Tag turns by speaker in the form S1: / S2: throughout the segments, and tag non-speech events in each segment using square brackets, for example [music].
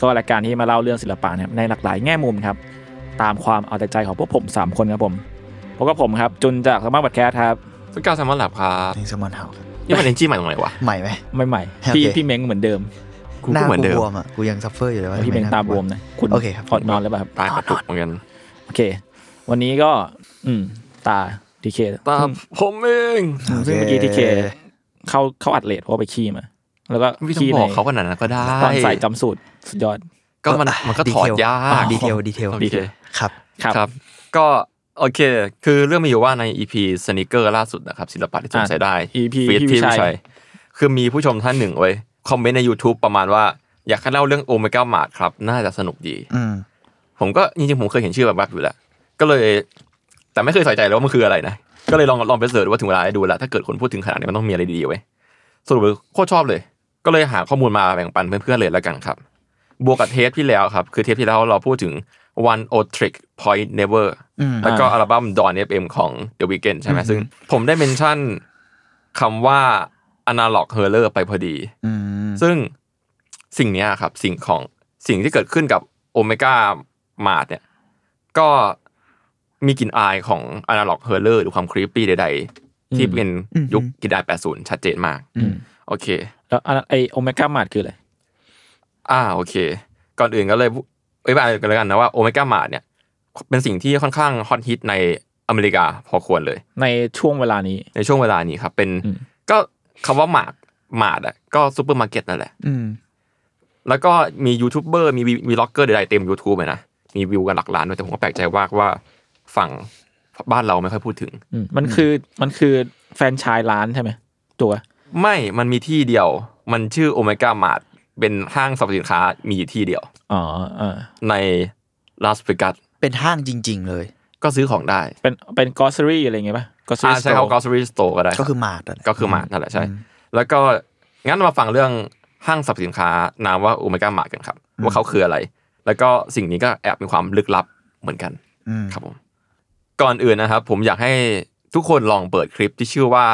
S1: ก็รายการที่มาเล่าเรื่องศิลปะนะครับในหลากหลายแง่มุมครับ ตามความเอาแต่ใจของพวกผม 3 คนครับผมพบกับผมครับ จุนจากสมาร์ทบัตแคสครับ
S2: สกาวแซมมอนหลับครับ
S3: เพลงสมอนเฮาส์
S2: นี่มันเอนจี้ใหม่ตรงไหนวะ
S3: ใหม่ไหม
S1: ใหม่ๆ
S3: โอเค
S1: พี่พี่เม้งเหมือนเดิม
S2: กู
S3: ห
S2: ก็
S3: น้า
S2: เหมือน
S3: กู
S2: เดิม
S3: บวมอ่ะกูยังซัฟเฟอร์อยู่เลยว่า
S1: พี่
S3: ทำไ
S1: เม้งตาบวม
S3: ห
S1: นะคุณ
S3: โอเคครับ
S1: อดนอนแล้วป่ะครับ
S2: ตายกระตุกเหมือนกัน
S1: โอเค วันนี้ก็ อืม ตาดีเค
S2: ตามผมเอง
S1: ซึ่งเมื่อกี้ดีเคเข้าเข้าอัดเลทเพราะว่าไปขี้มา แล้วก็
S2: ไม่ต้อง
S1: ขี้
S2: บ
S1: ใน
S2: อกเขาขนาดนั้นก็ได้
S1: ตอนใส่จำสูตรสุดยอด
S2: ก็มันมันก็
S3: ดี
S2: ถอด
S3: เทล
S2: ยา
S3: อ๋อก ดีเทลดีเทล
S2: โอเค
S3: ครับ
S1: ครับ
S2: ครับ ก็โอเค คือเรื่องมีอยู่ว่าใน EP สนิเกอร์ล่าสุดนะครับ ศิลปะที่สวมใส่ได้
S1: EP
S2: ฟีด
S1: พี่วิ
S2: พี่
S1: ชั
S2: วิ
S1: ย
S2: ชัยคือมีผู้ชมท่านหนึ่งเว้ยคอมเมนต์ใน YouTube ประมาณว่า อยากให้เล่าเรื่องโอเมก้ามาดครับ น่าจะสนุกดี
S3: อืม
S2: ผมก็จริงๆผมเคยเห็นชื่อแบบวักอยู่แล้ว ก็เลย แต่ไม่เคยใส่ใจเลยว่ามันคืออะไรนะ ก็เลยลองลองไปเสิร์ชดูว่าถึงเวลาได้ดูแล้วถ้าเกิดคนพูดถึงขนาดนี้มันต้องมีอะไรดีๆไว้ยสรุปเลยโคตรชอบเลย ก็เลยหาข้อมูลมาแบ่งปันเพื่อนๆเลยแล้วกันครับ บวกกับเทปที่แล้วครับ คือเทปที่แล้วเราพูดถึง one o trick point never
S3: อืม
S2: แล้วก็อัลบั้ม Dawn FM ของ The Weeknd ใช่ไหมซึ่ง ผมได้เมนชั่นคำว่า analog h u r l e r ไปพอดี
S3: อืม
S2: ซึ่งสิ่งเนี้ยครับสิ่งของสิ่งที่เกิดขึ้นกับโอเมก้ามาดเนี่ยก็มีกลิ่นอายของอนาล็อกเฮอร์เลอร์หรือความครีปปี้ใดๆ ที่เป็นยุคกลิ่นอาย 80 ชัดเจนมาก โอเค
S1: แล้วอันไอโอเมก้ามาดคืออะไร
S2: อ่าโอเค ก่อนอื่นก็เลยเอ้ยไปกันแล้วกันนะว่าโอเมก้ามาดเนี่ย เป็นสิ่งที่ค่อนข้างฮอตฮิตในอเมริกาพอควรเลย
S1: ในช่วงเวลานี้
S2: ในช่วงเวลานี้ครับ เป็น
S1: อืม
S2: ก็คำว่าหมากหมาดอ่ะก็ซูเปอร์มาร์เก็ตนั่นแหละ
S3: อืม
S2: แล้วก็มียูทูบเบอร์มีวีล็อกเกอร์ใดๆเต็ม YouTube เลยนะ มีวิวกันหลักล้านด้วยแต่ผมก็แปลกใจว่าว่าฝั่งบ้านเราไม่ค่อยพูดถึง
S1: อืมมันคือมันคือแฟรนไชายร้านใช่ไหมตัว
S2: ไม่มันมีที่เดียว มันชื่อโอเมก้ามาร์เป็นห้างสรรพสินค้ามีอยู่ที่เดียว
S1: อ๋อเออ
S2: ในลาสเวกัส
S3: เป็นห้างจริง ๆ เลย
S2: ก็ซื้อของได้
S1: เป็นเป็นกอสซอรี่อะไรเงี้ยป่ะกอสซอ
S2: อ่า
S1: รี่
S2: ใช้เขา grocery store ก็ได้
S3: ก็คือหมาดอะ
S2: ก็คือมาร์นั่นแหละใช่ แล้วก็งั้นมาฟังเรื่องห้างสรรพสินค้านามว่าโอเมก้ามาร์กันครับว่าเขาคืออะไร แล้วก็สิ่งนี้ก็แอบมีความลึกลับเหมือนกัน
S3: อืม
S2: ครับผมก่อนอื่นนะครับ ผมอยากให้ทุกคนลองเปิดคลิปที่ชื่อว่า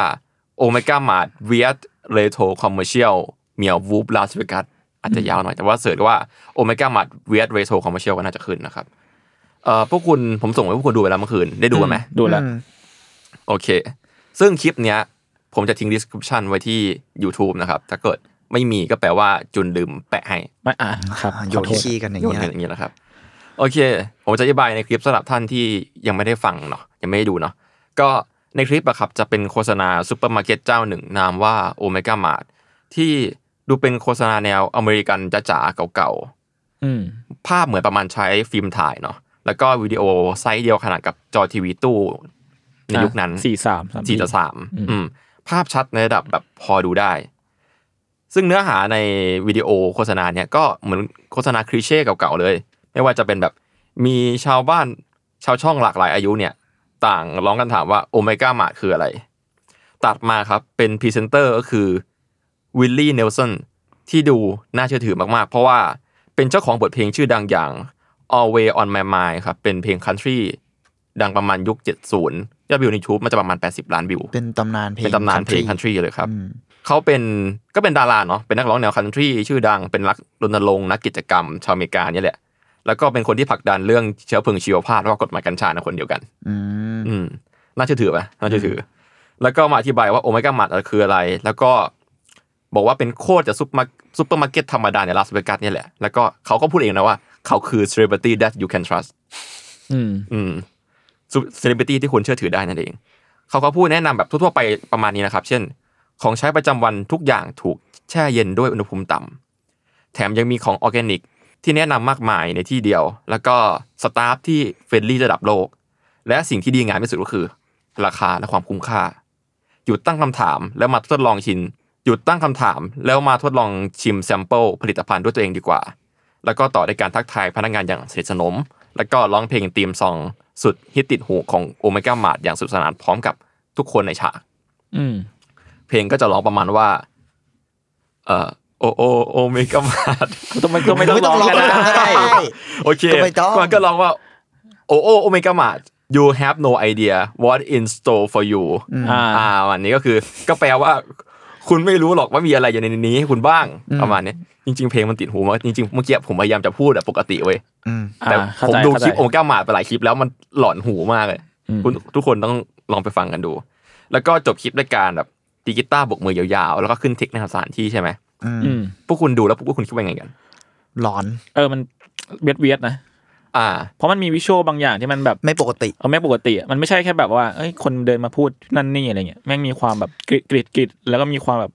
S2: Omega Mart v i e t r e t o Commercial เมียววูบลาสเวกัสอาจจะยาวหน่อยแต่ว่าเสิร์ชว่า Omega Mart v i e t r e t o Commercial ก็น่าจะขึ้นนะครับเอ่อพวกคุณผมส่งให้พวกคุณดูไปแล้วเมื่อคืนได้ดูกันไหม
S1: ดูแลว
S3: อืม
S2: โอเค ซึ่งคลิปเนี้ย ผมจะทิ้ง description ไว้ที่ YouTube นะครับ ถ้าเกิดไม่มีก็แปลว่าจุนลืมแปะให้
S1: ไม่อ่าครับ
S3: อ่าโย
S1: ขอน โทษ
S3: ขี้กันอย่าง
S2: โยน
S3: เงี้ย
S2: กันอย่างนี้แหละครับ โอเค ผมจะอธิบายในคลิปสำหรับท่านที่ยังไม่ได้ฟังเนาะยังไม่ได้ดูเนาะก็ในคลิปอะครับจะเป็นโฆษณาซูเปอร์มาร์เก็ตเจ้าหนึ่ง นามว่าโอเมก้ามาร์ทที่ดูเป็นโฆษณาแนวอเมริกันจ๋าๆเก่า
S1: อืม
S2: ๆ ภาพเหมือนประมาณใช้ฟิล์มถ่ายเนาะแล้วก็วิดีโอไซส์เดียวขนาดกับจอทีวีตู้ในยุคนั้น
S1: สี่สามสาม
S2: สี่ต่อสามอืมภาพชัดในระดับแบบพอดูได้ ซึ่งเนื้อหาในวิดีโอโฆษณาเนี่ยก็เหมือนโฆษณาคลีเช่เก่าๆเลย ไม่ว่าจะเป็นแบบมีชาวบ้านชาวช่องหลากหลายอายุเนี่ย ต่างร้องกันถามว่าโอเมก้ามาคืออะไร ตัดมาครับเป็นพรีเซนเตอร์ก็คือวิลลี่เนลสันที่ดูน่าเชื่อถือมากๆ เพราะว่าเป็นเจ้าของบทเพลงชื่อดังอย่าง Always on My Mind ครับ เป็นเพลง Country ดังประมาณยุค 70 อดวิวใน YouTube มันจะประมาณ 80 ล้านวิว
S3: เป็นตำนานเพลง
S2: เป็นตำนานเพลง
S3: country
S2: country เลยครับ
S3: อืม
S2: เขาเป็นก็เป็นดาราเนาะเป็นนักร้องแนว country ชื่อดังเป็นนักรณรงค์นักกิจกรรม ชาวอเมริกาเนี่ยแหละ แล้วก็เป็นคนที่ผลักดันเรื่องเชื้อเพลิงชีวภาพแล้วก็กฎหมายกัญชานะคนเดียวกัน
S3: อืม
S2: อืมน่าเชื่อถือปะน่าเชื่อถืออแล้วก็มาอธิบายว่าโอเมก้ามัดคืออะไร แล้วก็บอกว่าเป็นโคตรจากซุปมาซุปเปอร์มาร์เก็ตธรรมดาในลาสเวกัสเนี่ยแหละ แล้วก็เขาก็พูดเองนะว่า เขาคือ celebrity that you can trust
S1: อืม
S2: อืมเซเลบริตี้ที่คุณเชื่อถือได้นั่นเอง เขาก็พูดแนะนำแบบทั่วๆไปประมาณนี้นะครับ เช่น ของใช้ประจำวันทุกอย่างถูกแช่เย็นด้วยอุณหภูมิต่ำแถมยังมีของออร์แกนิกที่แนะนำมากมายในที่เดียว แล้วก็สตาฟที่เฟรนลี่ระดับโลก และสิ่งที่ดีงามที่สุดก็คือ ราคาและความคุ้มค่า หยุดตั้งคำถามแล้วมาทดลองชิมหยุดตั้งคำถาม แล้วมาทดลองชิมแซมเปิลผลิตภัณฑ์ด้วยตัวเองดีกว่า แล้วก็ต่อด้วยการทักทายพนักงานอย่างสนิทสนม แล้วก็ร้องเพลงตีมซองสุดฮิตติดหูของโอเมก้ามาดอย่างสนุกสนานพร้อมกับทุกคนในฉาก
S1: อืม
S2: เพลงก็จะร้องประมาณว่า เอ่อโอโอโอเมก้ามาด
S1: ต้องไม่ต้องไม่ต้องร้องก็ได้
S3: ได้
S2: โอเค
S3: ก็ไม่ต้อง
S2: มันก็ร้องว่า โอโอโอเมก้ามาด you have no idea what in store for you
S1: อ่า
S2: อ่าวันนี้ก็คือก็แปลว่า คุณไม่รู้หรอกว่ามีอะไรอยู่ในนี้ให้คุณบ้างประมาณเนี้ยจริง ๆ เพลงมันติดหูมากจริงๆเมื่อกี้ผมพยายามจะพูดแบบปกติเว้ย
S3: อืม
S1: อ่า
S2: แต่
S1: เข้า
S2: ผม
S1: ใจ
S2: ดู
S1: เข้า
S2: ค
S1: ใจ
S2: ลิปโอก้าหมาดไปหลายคลิปแล้วมันหลอนหูมากเลยคุณทุกคนต้องลองไปฟังกันดู แล้วก็จบคลิปด้วยการแบบตีกีตาร์บกมือยาวๆ แล้วก็ขึ้นเทคในสถานที่ใช่ไหม
S1: อืม
S2: พวกคุณดูแล้วพวกคุณคิดว่าไงกัน
S3: หลอน
S1: เออมันเวียดเวียดๆนะ
S2: อ่า
S1: เพราะมันมีวิชวลบางอย่างที่มันแบบ
S3: ไม่ปกติ
S1: เอาแม่ปกติอะมันไม่ใช่แค่แบบว่าเอ้ยคนเดินมาพูดนั่นนี่อะไรเงี้ยแม่งมีความแบบกริดกริดกริดแล้วก็มีความแบบ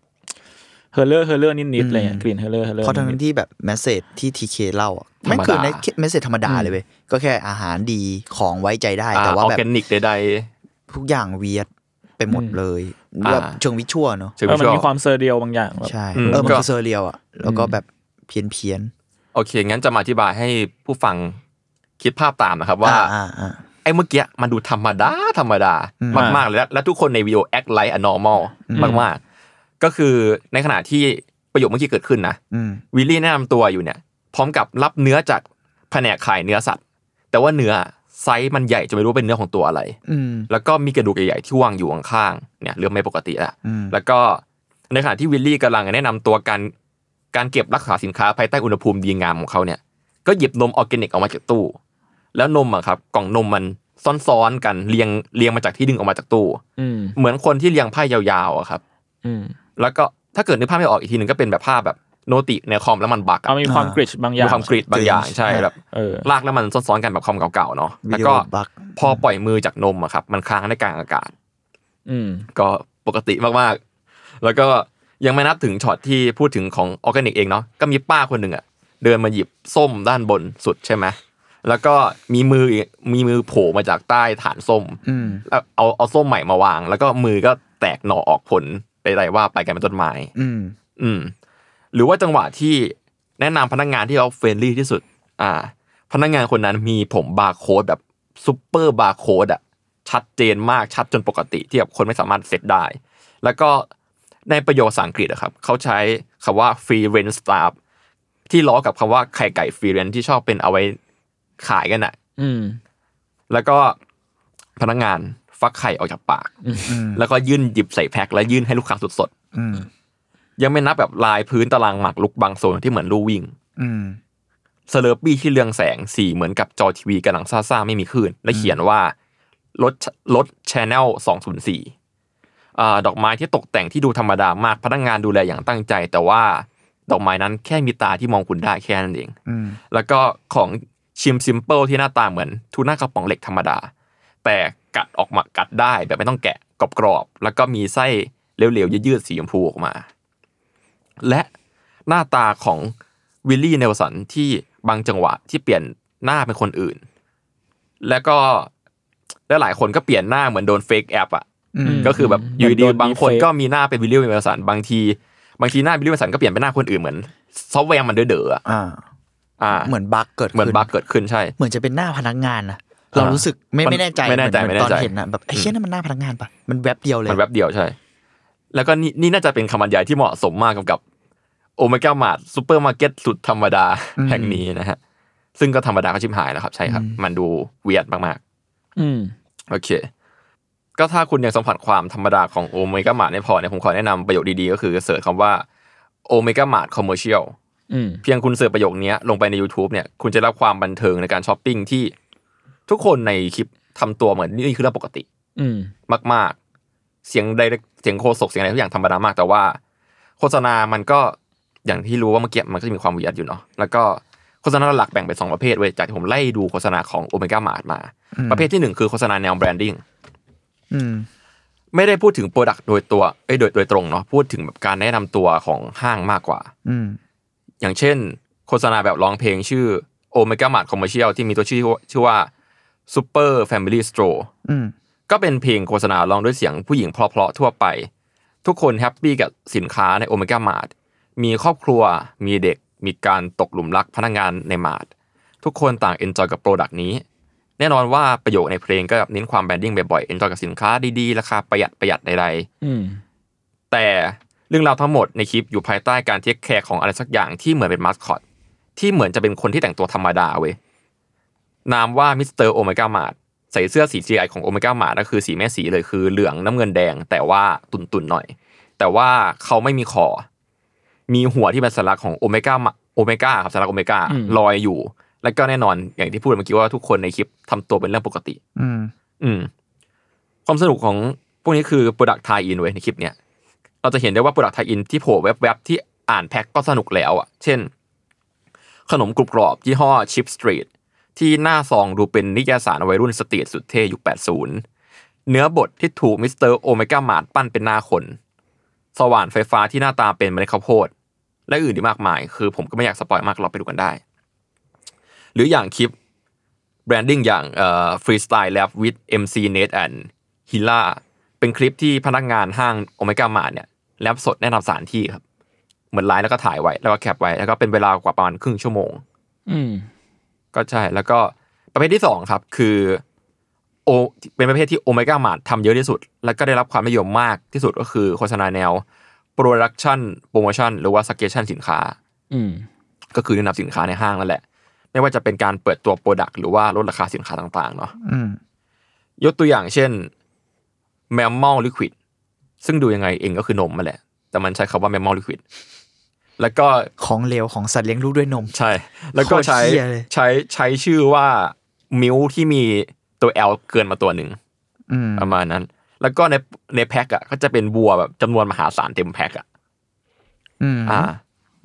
S1: เฮอเลอร์เฮอเลอร์นิดๆอะไรเงี้ยกลิ่นเฮอเลอร์เฮอเลอร์
S3: เพราะทั้งที่แบบแมสเซจที่ทีเคเล่าอ่ะไม่ง
S2: ธรรมดา
S3: คือในแมสเซจธรรมดาเลยเว้ย ก็แค่อาหารดีของไว้ใจได้
S2: อ่า
S3: แต่
S2: อ
S3: ว่า
S2: อ
S3: แบ
S2: ร์
S3: บ
S2: แกนิกใด
S3: ทุกอย่างเวียดไปหมดเลย
S2: อ่า
S3: แบบเชิงวิชวลเนาะ
S2: ๆเชิง
S1: เออ
S2: วิ
S1: มัน
S2: ชวล
S1: มีความเซอร์เรียลบางอย่างแบบ
S3: ใช่
S2: อืม
S3: เออ มัน
S2: ก็
S3: คือเซอร์เรียลอ่ะ แล้วก็แบบเพี้ยนเพี้ยน
S2: โอเค งั้นจะมาอธิบายให้ผู้ฟังคิดภาพตามนะครับ
S3: ๆ
S2: ว่า
S3: อ่าอ่า
S2: ไอ้เมื่อกี้มันดูธรรมดา ธรรมดา
S3: อืม
S2: มาก ๆ เลยและและทุกคนในวิดีโอ act like a normal มาก ๆ ก็คือในขณะที่ประโยคเมื่อกี้เกิดขึ้นนะ
S3: อืม
S2: วิลลี่แนะนำตัวอยู่เนี่ย พร้อมกับรับเนื้อจากแผนกขายเนื้อสัตว์ แต่ว่าเนื้อไซส์มันใหญ่จนไม่รู้ว่าเป็นเนื้อของตัวอะไร
S3: อืม
S2: แล้วก็มีกระดูกใหญ่ๆที่วางอยู่ข้างๆเนี่ยเรื่องไม่ปกติละ
S3: อืม
S2: แล้วก็ในขณะที่วิลลี่กำลังแนะนำตัวการการเก็บรักษาสินค้าภายใต้อุณหภูมิดีงามของเขาเนี่ย ก็หยิบนมออร์แกนิกออกมาจากตู้ แล้วนมอะครับกล่องนมมันซ้อนๆกันเรียงเรียงมาจากที่ดึงออกมาจากตู้
S1: อืม
S2: เหมือนคนที่เรียงไพ่ยาวๆอะครับ
S1: อืม
S2: แล้วก็ถ้าเกิดนึกภาพไม่ออกอีกทีหนึ่งก็เป็นแบบภาพแบบโนติในคอมแล้วมันบักอะ
S1: เอามีความกริดบางอ
S2: มี
S1: ย่าง
S2: ความกรีดบางอย่าง
S3: Strange
S2: ใช่แบบ
S1: เออ
S2: ลากแล้วมันซ้อนๆกันแบบคอมเก่าๆเนาะ
S3: วิ
S2: แล้ว
S3: ดี
S2: ก็
S3: โอบัก
S2: พอปล่อยมือจากนมอะครับ มันค้างในกลางอากาศ
S1: อืม
S2: ก็ปกติมากๆ แล้วก็ยังไม่นับถึงช็อตที่พูดถึงของออร์แกนิกเองเนาะก็มีป้าคนหนึ่งอะเดินมาหยิบส้มด้านบนสุดใช่ไหมแล้วก็มีมืออีกมีมือโผล่มาจากใต้ฐานส้ม
S3: อืม
S2: แล้วเอาเอาส้มใหม่มาวาง แล้วก็มือก็แตกหน่อออกผลใดๆว่าไปกันเป็นต้นไม้
S3: อืม
S2: อืมหรือว่าจังหวะที่แนะนำพนักงานที่เราเฟรนลี่ที่สุด อ่า พนักงานคนนั้นมีผมบาร์โค้ดแบบซูเปอร์บาร์โค้ดอะชัดเจนมากชัดจนปกติที่แบบคนไม่สามารถเซตได้ แล้วก็ในประโยคภาษาอังกฤษอะครับ เขาใช้คำว่า free range staff ที่ล้อกับคำว่าไข่ไก่ free range ที่ชอบเป็นเอาไว้ขายกันอะ
S1: อื
S4: Hmm.
S1: ม
S2: แล้วก็พนักงานฟักไข่ออกจากปาก แล้วก็ยื่นหยิบใส่แพ็คแล้วยื่นให้ลูกค้าสดๆ
S3: อืม
S2: ยังไม่นับแบบลายพื้นตารางหมากลุกบางโซนที่เหมือนลู่วิ่ง
S3: อืม
S2: สเลอร์ปี้ที่เรืองแสงสีเหมือนกับจอทีวีกำลังซ่าๆ ไม่มีคลื่น และเขียนว่ารถรถชแนลสองศูนย์สี่าดอกไม้ที่ตกแต่งที่ดูธรรมดามากพนักงานดูแลอย่างตั้งใจ แต่ว่าดอกไม้นั้นแค่มีตาที่มองคุณได้แค่นั้นเอง
S3: อืม
S2: แล้วก็ของชิมซิมเปิลที่หน้าตาเหมือนทูน่ากระป๋องเหล็กธรรมดา แต่กัดออกมากัดได้แบบไม่ต้องแกะกรอบๆแล้วก็มีไส้เหลวๆยืดๆสีชมพูออกมา และหน้าตาของวิลลี่เนลสันที่บางจังหวะที่เปลี่ยนหน้าเป็นคนอื่น แล้วก็และหลายคนก็เปลี่ยนหน้าเหมือนโดนเฟกแอปอ่ะ
S3: อืม
S2: ก็คือแบบอยู่ดีๆบางคน
S1: โดนดีเฟค
S2: ก็มีหน้าเป็นวิลลี่เนลสันบางทีบางทีหน้าวิลลี่เนลสันก็เปลี่ยนเป็นหน้าคนอื่นเหมือนซอฟต์แวร์มันเด๋อๆอะ
S3: อ่า
S2: อ่า
S3: เหมือนบักเกิด
S2: เหมือน
S3: ขึ้น
S2: บั๊กเกิดขึ้นใช่
S3: เหมือนจะเป็นหน้าพนักงานนะเรารู้สึกไม่
S2: มัน
S3: ไม่แน่ใจ
S2: ไม่แน่ใจ
S3: เหอ
S2: ไม่
S3: น
S2: แน่
S3: ตอน
S2: ใจ
S3: เห็นนะแบบไอ้เชี่ยนั่นมันหน้าพนักงานปะมันแวบเดียวเลย
S2: มันแวบเดียวใช่ แล้วก็นี่นี่น่าจะเป็นคำบรรยายที่เหมาะสมมากกับโอเมก้ามาร์ทซูเปอร์มาร์เก็ตสุดธรรมดาแห่งนี้นะฮะ ซึ่งก็ธรรมดาก็ชิบหายแล้วครับ ใช่ครับ มันดูเวียดมาก
S1: อืม
S2: ๆ โอเค ก็ถ้าคุณยังสัมผัสความธรรมดาของโอเมก้ามาดไม่พอเนี่ยผมขอแนะนำประโยคดีๆ ก็คือเสิร์ชคำว่าโอเมก้ามาดคอมเมอร์เชียล
S1: อืม
S2: เพียงคุณเสิร์ชประโยคเนี้ยลงไปใน YouTube เนี่ยคุณจะรับความบันเทิงในการช้อปปิ้งที่ทุกคนในคลิปทำตัวเหมือนนี่คือเรื่องปกติ
S1: อืม
S2: มาก ๆ เสียงไดเสียงโคศกเสียงอะไรทุกอย่างธรรมดามาก แต่ว่า โฆษณามันก็อย่างที่รู้ว่าเมื่อกี้มันก็จะมีความเวียดอยู่เนาะ แล้วก็โฆษณาหลักแบ่งเป็นสองประเภทเว้ย จากที่ผมไล่ดูโฆษณาของโอเมก้ามามา ประเภทที่หนึ่งคือโฆษณาแนวแบรนดิ้ง
S3: อืม
S2: ไม่ได้พูดถึงโปรดักต์โดยตัวเอ้ยโดยโดยตรงเนาะ พูดถึงแบบการแนะนำตัวของห้างมากกว่า
S3: อืม
S2: อย่างเช่น โฆษณาแบบร้องเพลงชื่อโอเมก้ามาคอมเมอร์เชียลที่มีตัวชื่อว่าชื่อว่า Super Family Stroll
S3: อืม
S2: ก็เป็นเพลงโฆษณาร้องด้วยเสียงผู้หญิงเพลาะๆทั่วไป ทุกคนแฮปปี้กับสินค้าในโอเมก้ามาร์ทมีครอบครัว มีเด็ก มีการตกหลุมรักพนักงานในมาร์ททุกคนต่างเอนจอยกับโปรดักต์นี้ แน่นอนว่าประโยคในเพลงก็แบบเน้นความแบรนดิ้งบ่อยๆเอนจอยกับสินค้าดีๆ ราคาประหยัดประหยัดใด
S1: อืม
S2: ๆ แต่เรื่องราวทั้งหมดในคลิปอยู่ภายใต้การเทคแคร์ของอะไรสักอย่างที่เหมือนเป็นมาสคอตที่เหมือนจะเป็นคนที่แต่งตัวธรรมดาเว้ยนามว่ามิสเตอร์โอเมก้ามาร์ท ใส่เสื้อสี GI ของโอเมก้าหมาก็คือสีแม่สีเลยคือเหลืองน้ำเงินแดง แต่ว่าตุนๆหน่อย แต่ว่าเขาไม่มีคอ มีหัวที่เป็นสัญลักษณ์ของโอเมก้าโอเมก้าครับสัญลักษณ์โอเมก้าลอยอยู่ แล้วก็แน่นอนอย่างที่พูดเมื่อกี้ว่าทุกคนในคลิปทำตัวเป็นเรื่องปกติ
S3: อืม
S2: อืม ความสนุกของพวกนี้คือ Product Tie In เว้ยในคลิปเนี้ยเราจะเห็นได้ว่า Product Tie In ที่โผล่แวบๆ ที่อ่านแพ็คก็สนุกแล้วอ่ะ เช่น ขนมกรุบกรอบยี่ห้อ Chip Street ที่หน้าซองดูเป็นนิยายสารวัยรุ่นสตรีทสุดเท่ยุค80 เนื้อบทที่ถูกมิสเตอร์โอเมก้ามาดปั้นเป็นหน้าคน สว่านไฟฟ้าที่หน้าตาเป็นเมล็ดข้าวโพด และอื่นอีกมากมาย คือผมก็ไม่อยากสปอยมากเราไปดูกันได้ หรืออย่างคลิป แบรนดิ้งอย่างเอ่อ Freestyle Lab with MC Nate and Hila เป็นคลิปที่พนักงานห้างโอเมก้ามาเนี่ยแลบสดแนะนำสถานที่ครับ เหมือนไลน์แล้วก็ถ่ายไว้ แล้วก็แคปไว้ แล้วก็เป็นเวลากว่าประมาณครึ่งชั่วโมง
S1: อืม
S2: ก็ใช่ แล้วก็ประเภทที่ 2 ครับ คือโอเป็นประเภทที่โอเมก้ามาทำเยอะที่สุด แล้วก็ได้รับความนิยมมากที่สุดก็คือโฆษณาแนว Production Promotion หรือว่า Suggestion สินค้า
S1: อืม
S2: ก็คือแนะนำสินค้าในห้างนั่นแหละ ไม่ว่าจะเป็นการเปิดตัวโปรดักต์หรือว่าลดราคาสินค้าต่างๆเนาะ
S3: อืม
S2: ยกตัวอย่างเช่น แมมมอลลิควิดซึ่งดูยังไงเองก็คือนมมาแหละ แต่มันใช้คำว่าแมมมอลลิควิดแล้วก็
S3: ของเหลวของสัตว์เลี้ยงลูกด้วยนม
S2: ใช่ แล้วก็ใช้
S3: โคตรเหี้ยเลย
S2: ใช้ใช้ชื่อว่ามิลที่มีตัว L เกินมาตัวหนึ่ง
S3: อืม
S2: ประมาณนั้น แล้วก็ในในแพ็คอะก็จะเป็นบัวแบบจำนวนมหาศาลเต็มแพ็คอะ
S3: อืม
S2: อ่า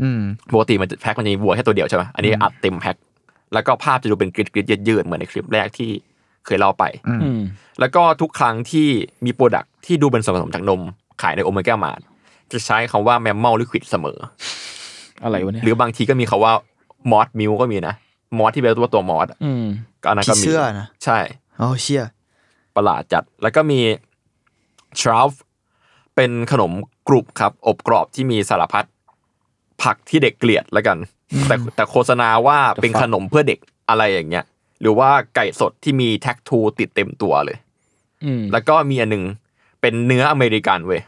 S3: อืม
S2: ปกติมันจะแพ็คมันจะมีบัวแค่ตัวเดียวใช่ไหมอันนี้อัดเต็มแพ็คแล้วก็ภาพจะดูเป็นกริดกริดๆยืดๆเหมือนในคลิปแรกที่เคยเล่าไป
S1: อืม
S2: แล้วก็ทุกครั้งที่มีโปรดักที่ดูเป็นส่วนผสมจากนม ขายในโอเมก้ามาจะใช้คำว่าแมมม l ล i ควิดเสมอ
S1: อะไรวะเนี่ย
S2: หรือบางทีก็มีคำว่ามอสมิลก็มีนะมอสที่เป็นตัวตัวมอส
S1: อืม
S2: ก็อันนั้นก็
S3: ที่
S2: มี
S3: เสื้อนะ
S2: ใช่
S3: โอ้เชี่ย
S2: ประหลาดจัด แล้วก็มีชราฟเป็นขนมกรุบครับ อบกรอบที่มีสารพัดผักที่เด็กเกลียดแล้วกัน แต่แต่โฆษณาว่าเป็นขนมเพื่อเด็กอะไรอย่างเงี้ยหรือว่าไก่สดที่มีแท็กทูติดเต็มตัวเลย
S1: อืม
S2: แล้วก็มีอันหนึ่งเป็นเนื้ออเมริกันเว้ย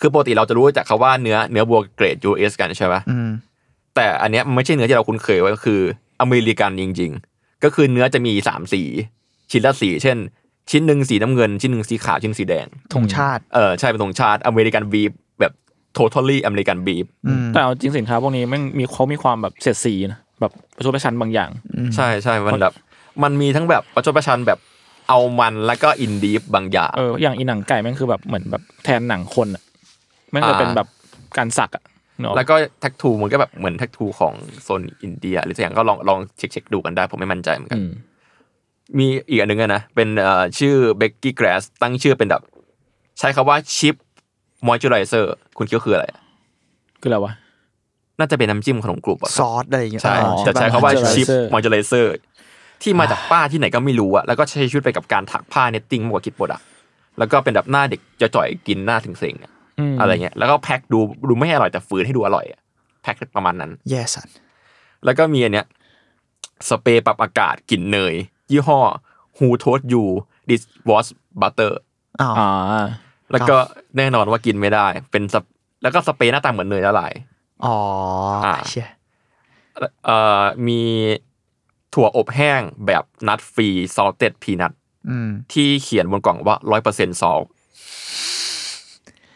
S2: คือปกติเราจะรู้จากคาว่าเนื้อเนื้อวัวเกรด US กันใช่ไหม
S3: อืม
S2: แต่อันเนี้ยมันไม่ใช่เนื้อที่เราคุ้นเคยไว้ก็คืออเมริกันจริง ๆ ก็คือเนื้อจะมีสามสี ชิ้นละสีเช่น ชิ้นหนึ่งสีน้ำเงิน ชิ้นหนึ่งสีขาว ชิ้นหนึ่งสีแดง
S3: ธงชาติ
S2: เออใช่เป็นธงชาติอเมริกันบีฟแบบ totally อเมริกันบีฟ
S3: อืม
S1: แต่เอาจริงสินค้าพวกนี้มันมีเขามีความแบบเสียดสีนะแบบประชดประชันบางอย่าง
S2: ใช่ใช่มันแบบมันมีทั้งแบบประชดประชันแบบเอามันแล้วก็อินดีฟบางอย่าง
S1: เอออย่างอีหนังไก่แม่งคือแบบเหมือนแบบแทนหนังคนอ่ะแม่งจะเป็น
S2: อ่า
S1: แบบการสักอ่ะเนกอะ
S2: แล้วก็แท็กทูมันก็แบบเหมือนแท็กทูของโซนอินเดีย หรือสักอย่างก็ลองลองเช็คเช็คดูกันได้ ผมไม่มั่นใจเหมือนกั
S1: อื
S2: น
S1: ม
S2: มีอีกอันหนึ่งอะนะ เป็นเอ่อชื่อเบกกี้แกรสตั้งชื่อเป็นแบบ ใช้คำว่าชิปมอยเจอไรเซอร์คุณคิดว่าคืออะไรอะ
S1: คืออะไรวะ
S2: น่าจะเป็นน้ำจิ้มขนมกรุบอะ
S3: ซอสอะไรอย่างเงี้ย
S2: ใช่
S3: อ๋อ
S2: แต่ใช้คำว่าชิป
S1: moisturizer
S2: มอยเจอไรเซอร์ที่มาจากป้าที่ไหนก็ไม่รู้อะแล้วก็ใช้ชีวิตไปกับการถักผ้าเน็ตติ้งมากกว่าคิดโปรดักแล้วก็เป็นแบบหน้าเด็กจะจ่อยๆกินหน้าถึงเซ็งๆอะ
S1: ม
S2: อะไรเงี้ยแล้วก็แพ็คดูดูไม่ให้อร่อยแต่ฝืนให้ดูอร่อยอะแพ็คประมาณนั้น
S3: แย่สัตว์
S2: แล้วก็มีอันเนี้ยสเปรย์ปรับอากาศกลิ่นเนย ยี่ห้อ Who Told You This Was Butter
S3: อ้าว
S1: อ่า
S2: แล้วก็แน่นอนว่ากินไม่ได้เป็นสเปแล้วก็สเปรย์หน้าตาเหมือนเนยละลาย
S3: อ๋อ
S2: อ่า
S3: เชี่ย
S2: เอ่อมีถั่วอบแห้งแบบนัดฟรีซอ l เต็ดพีนัท
S3: อืม
S2: ที่เขียนบนกล่องว่าร้อยเปอร์เซ็นต์ซอล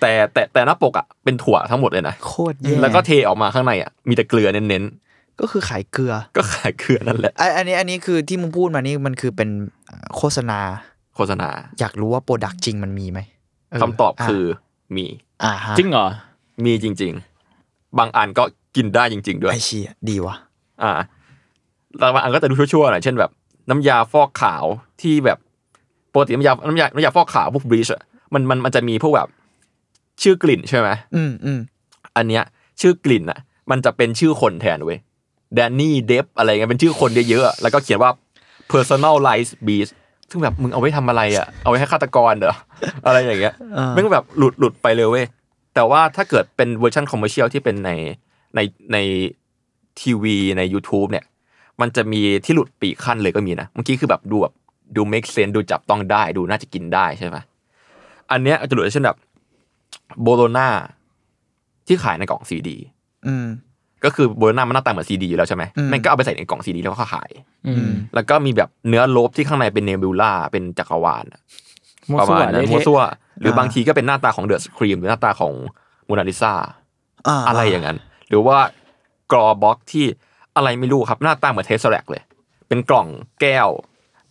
S2: แต่แต่แต่หน้าปกอ่ะเป็นถั่วทั้งหมดเลยนะ
S3: โคตรแย่
S2: แล้วก็เทออกมาข้างในอ่ะมีแต่เกลือเน้น
S3: ก็คือขายเกลือ
S2: ๆ ก็ขายเกลือนั่นแหละ
S3: ไออันนี้อันนี้คือที่มึงพูดมานี่มันคือเป็นโฆษณา
S2: โฆษณา
S3: อยากรู้ว่าโปรดักต์จริงมันมีไหมเ
S2: คำตอบคือมี
S3: อ่าฮะ
S1: จริงเหรอ
S2: มีจริง ๆ บางอันก็กินได้จริง ๆ ด้วย
S3: ไอเชียดีวะ
S2: อ่าแล้วบางอันก็จะดูชั่วๆหน่อยเช่นแบบ น้ำยาฟอกขาวที่แบบปกติน้ำยาน้ำยาน้ำยาฟอกขาวพวกบลีชอะมันมันมันจะมีพวกแบบชื่อกลิ่นใช่ไหม
S3: อืมอืม
S2: อันเนี้ยชื่อกลิ่นอะมันจะเป็นชื่อคนแทนเว้ยแดนนี่เดฟอะไรเงี้ยเป็นชื่อคนเยอะๆอะแล้วก็เขียนว่า personalized beast ซึ่งแบบมึงเอาไว้ทำอะไรอะเอาไว้ให้ฆาตกรเหรอ [laughs] อะไรอย่างเงี้ย
S3: อ่า
S2: แม่งแบบหลุดหลุดไปเลยเว้ย แต่ว่าถ้าเกิดเป็นเวอร์ชันคอมเมอร์เชียลที่เป็นในในในทีวีใน YouTube เนี่ย มันจะมีที่หลุดปีกขั้นเลยก็มีนะ เมื่อกี้คือแบบดูแบบดู make sense ดูจับต้องได้ดูน่าจะกินได้ใช่ไหมอันเนี้ยอาจจะหลุดเช่นแบบโบโลนาที่ขายในกล่องซีดี
S3: อืม
S2: ก็คือโบโลนามันหน้าตาเหมือนซีดีอยู่แล้วใช่ไหม
S3: อืม
S2: แม่งก็เอาไปใส่ในกล่องซีดีแล้วก็ขาย
S1: อื
S3: อื
S1: ม
S3: ม
S2: แล้วก็มีแบบเนื้อโลบที่ข้างในเป็นเนบิวล่าเป็นจักรวาลอะ
S1: มั่ว
S2: ประ
S1: ซั่ว
S2: มาณนั้น
S1: เละเทะ
S2: มัวซั่วหรือบางทีก็เป็นหน้าตาของเดอะสครีมหรือหน้าตาของมูนาลิซา
S3: อ่า
S2: อะไรอย่างนั้น หรือว่ากรอบ็อกที่อะไรไม่รู้ครับหน้าตาเหมือนเทสแลกเลย เป็นกล่องแก้ว